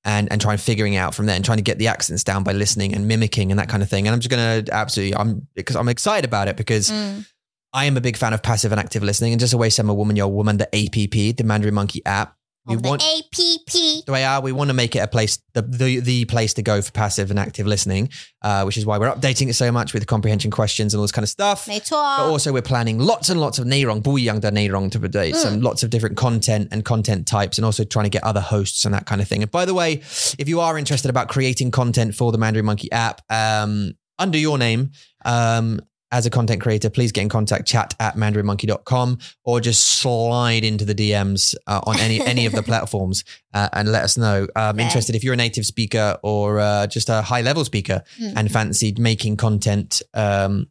Speaker 2: and and trying figuring it out from there, and trying to get the accents down by listening and mimicking and that kind of thing. And I'm just going to absolutely, I'm because I'm excited about it because
Speaker 1: 嗯
Speaker 2: I am a big fan of passive and active listening. And just always send a woman, your woman, the APP, the Mandarin Monkey app.
Speaker 1: 我们的 A P P，
Speaker 2: the way are. We want to make it a place, the, the the place to go for passive and active listening, uh, which is why we're updating it so much with comprehension questions and all this kind of stuff.
Speaker 1: 没错
Speaker 2: But
Speaker 1: 哦，
Speaker 2: also, we're planning lots and lots of Neirong, Buyang Da Neirong to dates
Speaker 1: Mm.
Speaker 2: and lots of different content and content types, and also trying to get other hosts and that kind of thing. And by the way, if you are interested about creating content for the Mandarin Monkey app um, under your name, um, as a content creator, please get in contact chat at mandarinmonkey.com or just slide into the DMs uh, on any any of the platforms uh, and let us know. Um,
Speaker 1: Okay.
Speaker 2: Interested if you're a native speaker or uh, just a high level speaker
Speaker 1: 嗯，
Speaker 2: and fancied making content um,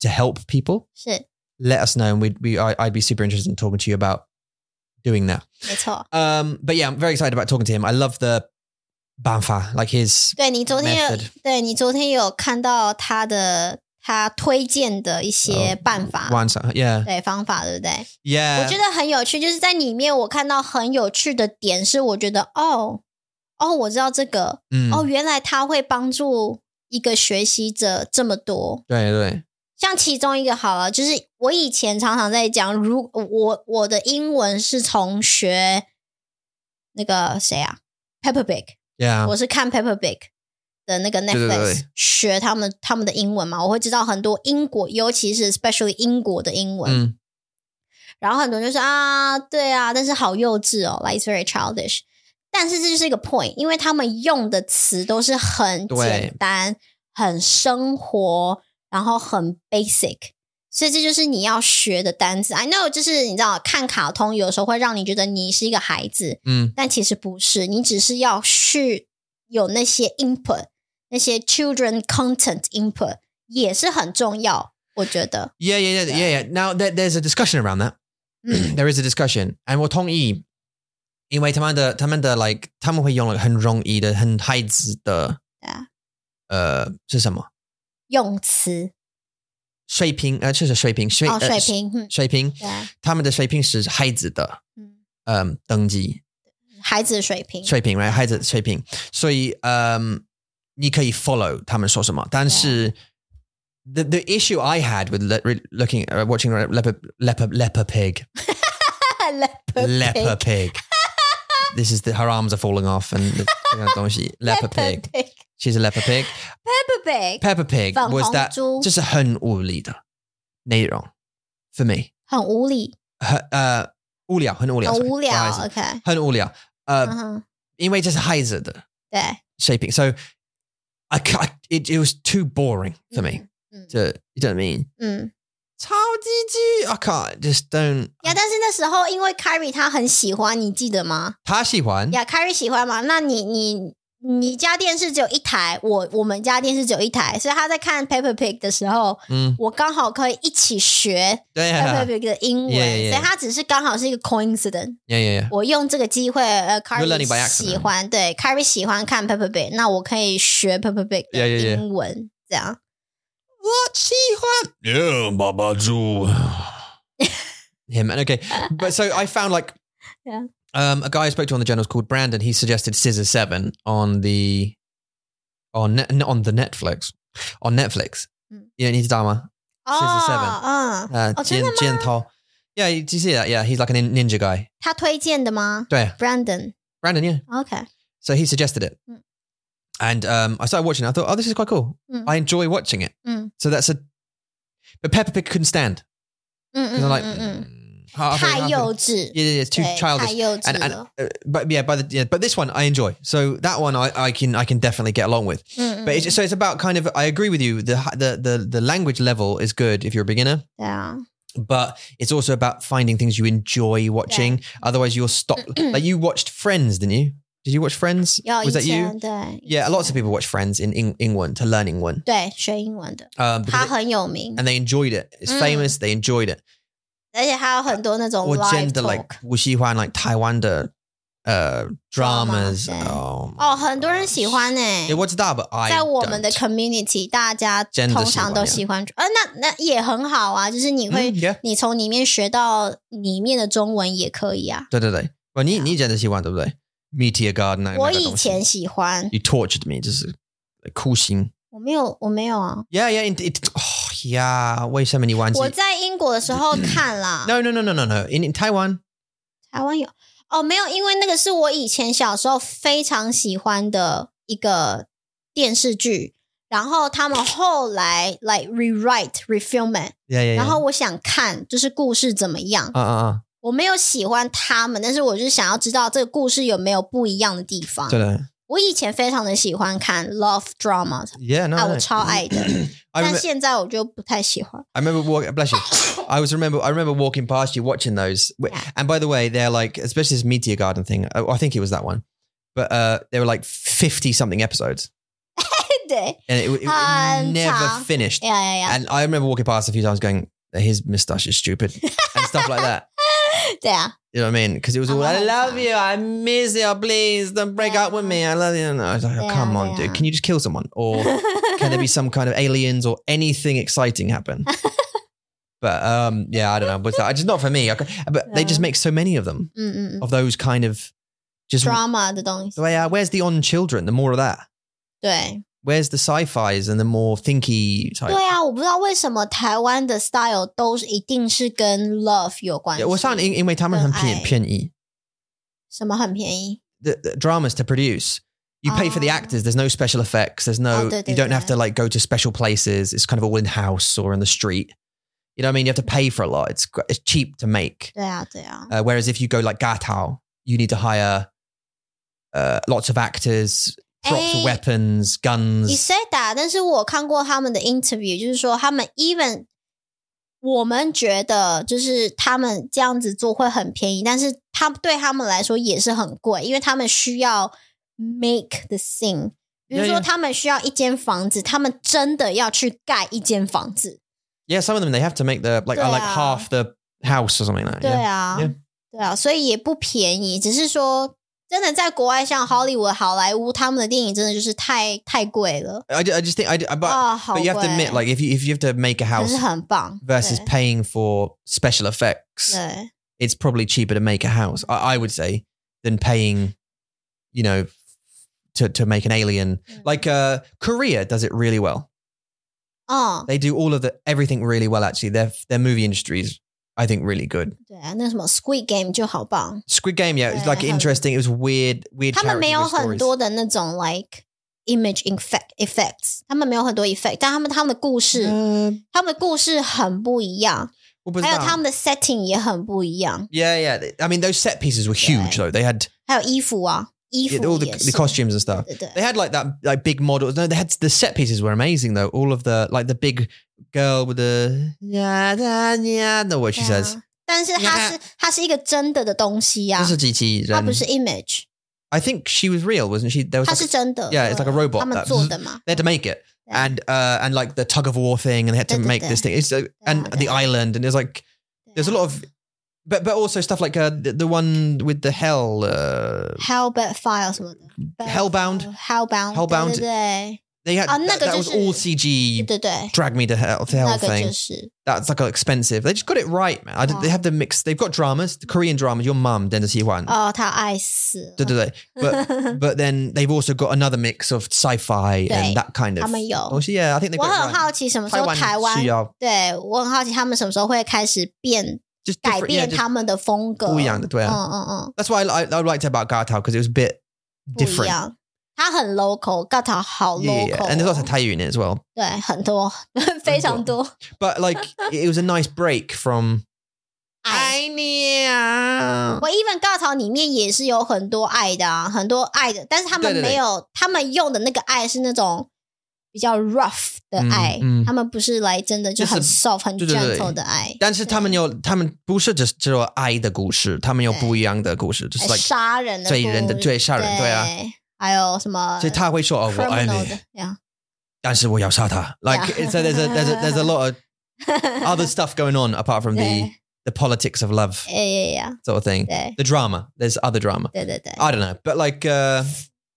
Speaker 2: to help people
Speaker 1: 是
Speaker 2: let us know, and we'd be I, I'd be super interested in talking to you about doing that.
Speaker 1: 没错。
Speaker 2: Um, but yeah, I'm very excited about talking to him. I love the Banfa, like his
Speaker 1: 对你昨天有
Speaker 2: method
Speaker 1: 对你昨天有看到他的他推荐的一些办法
Speaker 2: 呃 one song. Yeah,
Speaker 1: 对方法，对不对？我
Speaker 2: yeah,
Speaker 1: 觉得很有趣，就是在里面我看到很有趣的点是，我觉得哦哦，我知道这个、
Speaker 2: mm,
Speaker 1: 哦，原来它会帮助一个学习者这么多。
Speaker 2: 对，对，
Speaker 1: 像其中一个好了，就是我以前常常在讲，如我我的英文是从学那个谁啊，Pepper Big，、
Speaker 2: yeah,
Speaker 1: 我是看 Pepper Big 的那个 Netflix
Speaker 2: 啊对对
Speaker 1: 学他们他们的英文嘛，我会知道很多英国，尤其是 especially 英国的英文。
Speaker 2: mm,
Speaker 1: 然后很多人就说啊，对啊，但是好幼稚哦，like it's very childish。但是这就是一个 point，因为他们用的词都是很
Speaker 2: 对
Speaker 1: 简单、很生活，然后很 basic，所以这就是你要学的单词。I know，就是你知道，看卡通有时候会让你觉得你是一个孩子，
Speaker 2: mm,
Speaker 1: 但其实不是，你只是要去有那些 input，那些 children content input 也是很重要，我觉得。
Speaker 2: yeah, yeah, yeah, yeah, yeah. Now there, there's a discussion around that.
Speaker 1: Mm.
Speaker 2: *clears throat* there is a discussion, and we'll Tong Yi. 因为他们的他们的 like 他们会用了很容易的很孩子的
Speaker 1: Yeah.
Speaker 2: uh, 呃是什么水平呃就是水平水
Speaker 1: 用词哦，
Speaker 2: 呃
Speaker 1: 水平，嗯，
Speaker 2: 水平
Speaker 1: 对啊，
Speaker 2: 他们的水平是孩子的，
Speaker 1: 嗯，
Speaker 2: 嗯，等级
Speaker 1: 孩子的水平， *laughs*
Speaker 2: 水平，right？孩子的水平，所以，嗯，你可以 follow 他们说什么，但是。The the issue I had with le- re- looking uh, watching leopard leopard leopard pig
Speaker 1: ，leper
Speaker 2: leopard pig *laughs* this is the her arms are falling off and the, *laughs* leopard pig she's a leopard pig
Speaker 1: ，leper pig，
Speaker 2: Peppa Pig
Speaker 1: 粉
Speaker 2: was
Speaker 1: 红
Speaker 2: that
Speaker 1: 猪
Speaker 2: 就是很无理的内容 for me uh,
Speaker 1: 很无理，
Speaker 2: 很呃无聊很无聊
Speaker 1: 很
Speaker 2: sorry，
Speaker 1: 无
Speaker 2: 不好
Speaker 1: 聊
Speaker 2: 意思
Speaker 1: ，OK，
Speaker 2: 很无聊呃
Speaker 1: 嗯哼，
Speaker 2: 因为这是孩子的
Speaker 1: 对，
Speaker 2: shaping. So I, ca- it, it was too boring for me.
Speaker 1: 嗯
Speaker 2: Mm-hmm. Mm. To, you know what I mean?
Speaker 1: 嗯，
Speaker 2: 超级巨- I can't just don't.
Speaker 1: 呀，但是那时候因为 Carrie 她很喜欢，你记得吗？
Speaker 2: 他喜欢。
Speaker 1: 呀，Carrie 喜欢嘛？那你你你家电视只有一台，我我们家电视只有一台，所以他在看 Peppa Pig 的时候，
Speaker 2: Mm.
Speaker 1: 我刚好可以一起
Speaker 2: *laughs*
Speaker 1: 学 Peppa
Speaker 2: 嗯，对呀，
Speaker 1: Pig 的英文
Speaker 2: Yeah, yeah, yeah.
Speaker 1: 所以他只是刚好是一个 coincidence。
Speaker 2: yeah, yeah, yeah.
Speaker 1: 我用这个机会，呃
Speaker 2: You're learning by
Speaker 1: ，Carrie
Speaker 2: accident.
Speaker 1: 喜欢，对，Carrie 喜欢看 Peppa Pig，那我可以学 Peppa Pig 的
Speaker 2: Yeah, yeah, yeah.
Speaker 1: 英文这样。
Speaker 2: Yeah, Baba Zoo. Him and okay, but so I found like
Speaker 1: Yeah.
Speaker 2: um, a guy I spoke to on the journals called Brandon. He suggested Scissor Seven on the on net, on the Netflix on Netflix.
Speaker 1: Mm.
Speaker 2: You know, he's a Dharma.
Speaker 1: 哦，嗯，
Speaker 2: Uh,
Speaker 1: Oh,
Speaker 2: Jin,
Speaker 1: Dharma.
Speaker 2: Jin Tao. Yeah, you- do you see that? Yeah, he's like a nin- ninja guy.
Speaker 1: 他推荐的吗
Speaker 2: Yeah,
Speaker 1: ？Brandon，OK，、
Speaker 2: Brandon. Yeah, so he suggested it,
Speaker 1: Mm.
Speaker 2: and um, I started watching. it. I thought, oh, this is quite cool.
Speaker 1: Mm.
Speaker 2: I enjoy watching it.
Speaker 1: Mm.
Speaker 2: So that's a. But Peppa Pig couldn't stand.
Speaker 1: 嗯
Speaker 2: Because
Speaker 1: 嗯
Speaker 2: I'm like,
Speaker 1: 嗯嗯
Speaker 2: mm,
Speaker 1: 嗯，
Speaker 2: half-
Speaker 1: 太
Speaker 2: half-
Speaker 1: 幼稚
Speaker 2: Yeah,，yeah, yeah, it's too
Speaker 1: 对太
Speaker 2: childish.
Speaker 1: 幼稚
Speaker 2: And, and
Speaker 1: 了。
Speaker 2: uh, but yeah, by the yeah, but this one I enjoy. So that one I, I can I can definitely get along with.
Speaker 1: 嗯，嗯
Speaker 2: But it's, so it's about kind of I agree with you. The the the the language level is good if you're a beginner,
Speaker 1: 对啊，
Speaker 2: but it's also about finding things you enjoy watching. Otherwise, you'll stop. like you watched Friends, didn't you? Did you watch Friends?
Speaker 1: 要
Speaker 2: Was
Speaker 1: 以
Speaker 2: that
Speaker 1: 前
Speaker 2: you?
Speaker 1: 对
Speaker 2: Yeah, lots of people watch Friends in Eng- England to learn England.
Speaker 1: 对学英文的，
Speaker 2: Um,
Speaker 1: 他
Speaker 2: because they-
Speaker 1: 很有名，
Speaker 2: and they enjoyed it. It's
Speaker 1: Mm.
Speaker 2: famous. They enjoyed it.
Speaker 1: 而且他有很多那种 live
Speaker 2: gender like
Speaker 1: talk。
Speaker 2: 我喜欢 like 台湾的 uh dramas.
Speaker 1: Drama，对。
Speaker 2: Oh,
Speaker 1: 哦，很多人喜欢欸呢、
Speaker 2: 我知道，but I
Speaker 1: 在我们的
Speaker 2: don't.
Speaker 1: community，大家
Speaker 2: 真的
Speaker 1: 通
Speaker 2: 喜欢
Speaker 1: 常都
Speaker 2: 呀
Speaker 1: 喜欢，呃，那那也很好啊，就是你会，
Speaker 2: 嗯，yeah，
Speaker 1: 你从里面学到里面的中文也可以啊。
Speaker 2: 对对对。不，你-你以前的喜欢，对不对？Meteor Garden 那-
Speaker 1: 我
Speaker 2: 那个东西。
Speaker 1: 以前喜欢，
Speaker 2: You tortured me, 就是酷刑。
Speaker 1: 我没有，我没有啊。
Speaker 2: Yeah, yeah, it, it, oh, yeah. 为什么你忘记？
Speaker 1: 我在英国的时候看
Speaker 2: *clears throat*
Speaker 1: 啦，
Speaker 2: No, no, no, no, no, no. In, in Taiwan,
Speaker 1: 台湾有哦，没有，因为那个是我以前小时候非常喜欢的一个电视剧，然后他们后来来 rewrite refilm it，
Speaker 2: yeah, yeah, yeah.
Speaker 1: 然后我想看就是故事怎么样，
Speaker 2: 啊啊啊，
Speaker 1: 我没有喜欢他们，但是我就是想要知道这个故事有没有不一样的地方。我以前非常的喜欢看 love drama，
Speaker 2: 对的。Yeah, no,
Speaker 1: 啊，
Speaker 2: no.
Speaker 1: 我超爱的，
Speaker 2: *coughs* I
Speaker 1: 但
Speaker 2: remember,
Speaker 1: 现在我就不太喜欢。 *laughs*
Speaker 2: I remember walking. Bless you. I was remember. I remember walking past you watching those. W-
Speaker 1: Yeah.
Speaker 2: And by the way, they're like, especially this Meteor Garden thing. oh, I, I think it was that one, but uh, they were like fifty something episodes,
Speaker 1: 对，
Speaker 2: and it, it, it
Speaker 1: Um,
Speaker 2: never
Speaker 1: yeah.
Speaker 2: finished.
Speaker 1: 呀呀呀，
Speaker 2: And I remember walking past a few times, going, "His moustache is stupid," and stuff like
Speaker 1: *laughs*
Speaker 2: that.
Speaker 1: 对啊，
Speaker 2: You know what I mean? Because it was all,
Speaker 1: Oh,
Speaker 2: "I love
Speaker 1: yeah.
Speaker 2: you, I miss you, please don't break up with me, I love you." And I was like, oh,
Speaker 1: Yeah,
Speaker 2: "Come on,
Speaker 1: yeah.
Speaker 2: dude, can you just kill someone, or can there be some kind of aliens or anything exciting
Speaker 1: *laughs*
Speaker 2: happen? but um, yeah, I don't know. But that just not for me. I c but they just
Speaker 1: Yeah.
Speaker 2: make so many of them
Speaker 1: *laughs* 嗯嗯嗯
Speaker 2: of those kind of just
Speaker 1: ，drama 的东西
Speaker 2: the，way out. Where's the on children? The more of that.
Speaker 1: 对。
Speaker 2: 哎 Where's the sci-fi's and the more thinky type?
Speaker 1: 对啊，我不知道为什么台湾的 style 都是一定是跟 love 有关系。更爱。
Speaker 2: 我上因因为他们很便便宜
Speaker 1: 什么很便宜
Speaker 2: the, the dramas to produce. You pay for the
Speaker 1: Ah.
Speaker 2: actors. There's no special effects. There's no.
Speaker 1: Oh, 对-对-
Speaker 2: you don't
Speaker 1: 对。
Speaker 2: have to like go to special places. It's kind of all in house or in the street. You know what I mean? You have to pay for a lot. It's gr- it's cheap to make.
Speaker 1: 对啊，对啊，
Speaker 2: Uh, whereas if you go like Gatao, you need to hire uh, lots of actors, props,
Speaker 1: Hey.
Speaker 2: weapons,
Speaker 1: 你
Speaker 2: guns.
Speaker 1: say that，但是我看过他们的 interview，就是说他们 even 我们觉得就是他们这样子做会很便宜，但是他对他们来说也是很贵，因为他们需要 make the thing。比如
Speaker 2: Yeah,
Speaker 1: 说，
Speaker 2: yeah.
Speaker 1: 他们需要一间房子，他们真的要去盖一间房子。
Speaker 2: Yeah, some of them they have to make the like uh, like
Speaker 1: Yeah.
Speaker 2: half the house or something like that.
Speaker 1: 对
Speaker 2: yeah.
Speaker 1: 啊
Speaker 2: Yeah.
Speaker 1: 对啊，所以也不便宜。只是说，真的在国外，像好莱坞、好莱坞他们的电影，真的就是太太贵了
Speaker 2: I, ju- I just think I, ju- I- but
Speaker 1: 啊、好
Speaker 2: but
Speaker 1: 贵。
Speaker 2: you have to admit like if you if you have to make a
Speaker 1: 可 *laughs*
Speaker 2: house
Speaker 1: 是很棒
Speaker 2: versus
Speaker 1: 对
Speaker 2: paying for special effects,
Speaker 1: 对
Speaker 2: it's probably cheaper to make a house. I, I would say than paying, you know, to to make an alien.
Speaker 1: 嗯
Speaker 2: Like uh, Korea does it really well.
Speaker 1: 哦，
Speaker 2: They do all of the everything really well. Actually, their their movie industry is, I think, really good.
Speaker 1: 对啊，那什么《Squid Game》就好棒，
Speaker 2: Squid Game, yeah, it's
Speaker 1: Yeah,
Speaker 2: like
Speaker 1: I have-
Speaker 2: interesting. It was weird, weird.
Speaker 1: 他们没有
Speaker 2: characters with
Speaker 1: 很
Speaker 2: stories.
Speaker 1: 多的那种 like image effect effects，他们没有很多 effect，但他们他们的故事，
Speaker 2: Uh,
Speaker 1: 他们的故事很不一样，
Speaker 2: what was
Speaker 1: 还有
Speaker 2: that?
Speaker 1: 他们的 setting 也很不一样，
Speaker 2: yeah, yeah. I mean, those set pieces were huge, though. They had
Speaker 1: 还有衣服啊，衣服
Speaker 2: yeah, all the,
Speaker 1: 也
Speaker 2: the
Speaker 1: 是
Speaker 2: costumes
Speaker 1: *laughs*
Speaker 2: and
Speaker 1: 对
Speaker 2: stuff.
Speaker 1: 对对
Speaker 2: They had like that, like big models. No, they had the set pieces were amazing though. All of the like the big girl with the yeah yeah yeah know what she
Speaker 1: 对啊
Speaker 2: says.
Speaker 1: 但是它是它是一个真的的东西呀、
Speaker 2: This is GT.
Speaker 1: 它
Speaker 2: Ren.
Speaker 1: 不是 image，
Speaker 2: um, I think she was real, wasn't she? There was
Speaker 1: 它
Speaker 2: like
Speaker 1: 是
Speaker 2: a-
Speaker 1: 真的。
Speaker 2: yeah, it's like a robot
Speaker 1: 他们
Speaker 2: that-
Speaker 1: 做的嘛。
Speaker 2: they had to make it.
Speaker 1: Yeah.
Speaker 2: And uh, and like the tug of war thing, and they had to
Speaker 1: Da, da,
Speaker 2: make
Speaker 1: da.
Speaker 2: this thing. It's uh, and
Speaker 1: da,
Speaker 2: the
Speaker 1: da.
Speaker 2: island, and there's like
Speaker 1: 啊
Speaker 2: there's a lot of, but but also stuff like uh, the, the one with the hell. Uh,
Speaker 1: Hell but file 什么的
Speaker 2: Hellbound
Speaker 1: Hellbound
Speaker 2: Hellbound
Speaker 1: 对对对
Speaker 2: they had
Speaker 1: Oh,
Speaker 2: that,
Speaker 1: 那个
Speaker 2: that was
Speaker 1: 就是-对
Speaker 2: all CG.
Speaker 1: 对对，
Speaker 2: Drag me to hell to hell
Speaker 1: 那
Speaker 2: thing.
Speaker 1: 个就是
Speaker 2: that's like expensive. They just got it right, man. I d-
Speaker 1: Yeah.
Speaker 2: They have the mix. They've got dramas, the Korean dramas. Your mum, Dennis Yiwan.
Speaker 1: 哦，他爱死了， *laughs*
Speaker 2: But but then they've also got another mix of sci-fi
Speaker 1: Right.
Speaker 2: and that kind of.
Speaker 1: 他们有。
Speaker 2: Oh, so yeah, I think they've
Speaker 1: 我
Speaker 2: got
Speaker 1: 很
Speaker 2: it right.
Speaker 1: 好奇什么时候台湾，
Speaker 2: 需要
Speaker 1: 对我很好奇他们什么时候会开始变
Speaker 2: just
Speaker 1: 改
Speaker 2: different- yeah,
Speaker 1: 变
Speaker 2: just
Speaker 1: 他们的风格，嗯
Speaker 2: 不一样的，对啊。
Speaker 1: 嗯嗯，
Speaker 2: That's why I, I, I liked about Gartao because it was a bit
Speaker 1: 不一
Speaker 2: different. 哎
Speaker 1: 样。他很 local，g a t Oh, a 好
Speaker 2: Yeah, yeah,
Speaker 1: local，
Speaker 2: and there's also
Speaker 1: 哦
Speaker 2: Taiyu in it as well.
Speaker 1: 对很多， *laughs* 非常多。
Speaker 2: But
Speaker 1: *laughs*
Speaker 2: like, it was a nice break from. 哎
Speaker 1: 爱
Speaker 2: know.
Speaker 1: 我 even 高潮里面也是有很多爱的啊，很多爱的，但是他们
Speaker 2: 对对对
Speaker 1: 没有，他们用的那个爱是那种比较 rough 的爱，
Speaker 2: 嗯嗯
Speaker 1: 他们不是来真的就
Speaker 2: 就是
Speaker 1: 很 soft、很
Speaker 2: 对对对
Speaker 1: gentle 的爱，
Speaker 2: 但是他们有，他们不是只只有爱的故事，他们有
Speaker 1: 对
Speaker 2: 不一样的故事，就是 like
Speaker 1: 杀人的
Speaker 2: 罪人的
Speaker 1: 故事
Speaker 2: 罪杀人，对啊，
Speaker 1: 还有什么？
Speaker 2: 所以他会说哦，我爱
Speaker 1: criminal
Speaker 2: 你
Speaker 1: 的，呀，
Speaker 2: 但是我要杀他。Like
Speaker 1: Yeah.
Speaker 2: so, there's a there's a there's
Speaker 1: *laughs*
Speaker 2: a lot of other stuff going on apart from the
Speaker 1: 对
Speaker 2: the politics of love
Speaker 1: 哎呀呀，
Speaker 2: sort of thing.
Speaker 1: 对
Speaker 2: The drama, there's other drama.
Speaker 1: 对对对，
Speaker 2: I don't know, but like uh,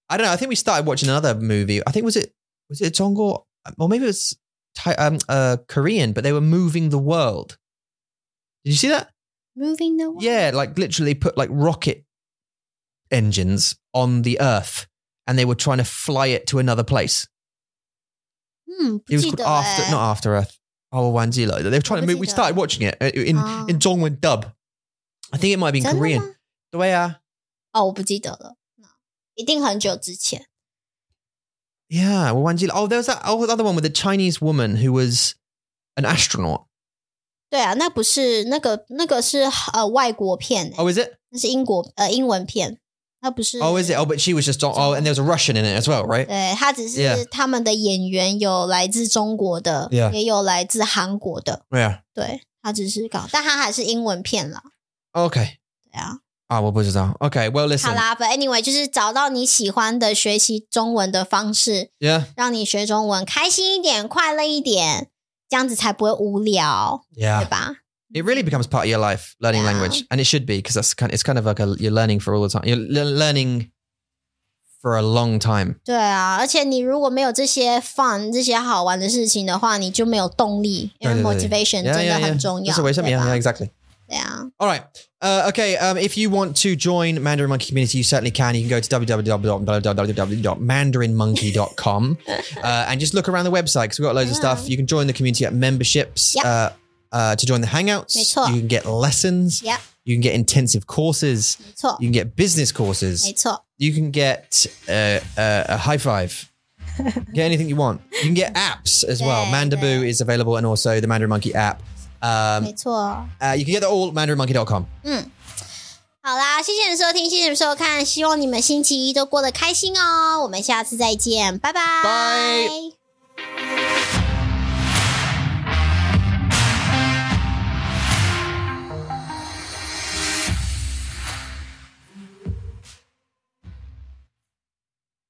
Speaker 2: I don't know. I think we started watching another movie. I think was it was it Zongo or maybe it was Thai, um, uh, Korean, but they were moving the world. Did you see that?
Speaker 1: moving the world
Speaker 2: Yeah, like literally put like rocket engines on the Earth, and they were trying to fly it to another place.
Speaker 1: 嗯，不
Speaker 2: It was
Speaker 1: 记
Speaker 2: called
Speaker 1: 得
Speaker 2: After,
Speaker 1: 欸
Speaker 2: not After Earth. Oh, Wan Zilo. They were trying to move. We
Speaker 1: Wanjilo.
Speaker 2: started watching it uh, in
Speaker 1: Ah.
Speaker 2: in Zhongwen dub. I think it might be in
Speaker 1: 真的
Speaker 2: Korean. uh,
Speaker 1: 吗？
Speaker 2: 对啊
Speaker 1: 哦，我不记得了，一定很久之前。
Speaker 2: Yeah, well, Wan Zilo. Oh, there was that oh, the other one with the Chinese woman who was an astronaut.
Speaker 1: 对啊，那不是那个那个是呃外国片、欸，
Speaker 2: Oh, is it?
Speaker 1: 那是英国呃英文片，它不是
Speaker 2: Oh, is it? Oh, but she was just. Oh, and there was a Russian in it as well, right?
Speaker 1: 对，它只是
Speaker 2: Yeah.
Speaker 1: 他们的演员有来自中国的
Speaker 2: Yeah.
Speaker 1: 也有来自韩国的，
Speaker 2: Yeah.
Speaker 1: 对，它只是搞，但它还是英文片啦。
Speaker 2: Okay.
Speaker 1: 对啊，
Speaker 2: Ah, well, Buzzard. Okay. Well,
Speaker 1: 好
Speaker 2: listen.
Speaker 1: 啦，But anyway，就是找到你喜欢的学习中文的方式，
Speaker 2: Yeah.
Speaker 1: 让你学中文开心一点，快乐一点，这样子才不会无聊，对
Speaker 2: Yeah.
Speaker 1: 吧？
Speaker 2: It really becomes part of your life, learning
Speaker 1: Yeah.
Speaker 2: language, and it should be because that's kind. It's kind of like a, you're learning for all the time. You're le- learning for a long time.
Speaker 1: 对啊，而且你如果没有这些 fun 这些好玩的事情的话，你就没有动力，因为
Speaker 2: 对对对
Speaker 1: motivation 真
Speaker 2: Yeah,
Speaker 1: 的
Speaker 2: yeah,
Speaker 1: 很
Speaker 2: yeah.
Speaker 1: 重要，
Speaker 2: That's a way.
Speaker 1: 对
Speaker 2: something. Yeah, yeah,
Speaker 1: 吧？
Speaker 2: exactly.
Speaker 1: 对啊，
Speaker 2: All right. Uh, okay. Um, if you want to join Mandarin Monkey Community, you certainly can. You can go
Speaker 1: *laughs*
Speaker 2: to www.mandarinmonkey.com uh, and just look around the website because we've got loads of
Speaker 1: Yeah.
Speaker 2: stuff. You can join the community at memberships
Speaker 1: Yep.
Speaker 2: uh, uh, to join the
Speaker 1: Me
Speaker 2: Hangouts.
Speaker 1: too.
Speaker 2: You can get lessons.
Speaker 1: Yep.
Speaker 2: You can get intensive courses.
Speaker 1: 没错，
Speaker 2: You can get business courses.
Speaker 1: 没错，
Speaker 2: You can get uh, uh, a high
Speaker 1: *laughs*
Speaker 2: five. get anything you want. You can get apps as well.
Speaker 1: Yeah,
Speaker 2: Mandaboo
Speaker 1: yeah.
Speaker 2: is available and also the Mandarin Monkey app. Um,
Speaker 1: 没错。
Speaker 2: uh, you can get that all at mandarinmonkey.com.
Speaker 1: 好啦，谢谢你们收听，谢谢你们收看，希望你们星期一都过得开心哦。我们下次再见，拜拜，
Speaker 2: 拜。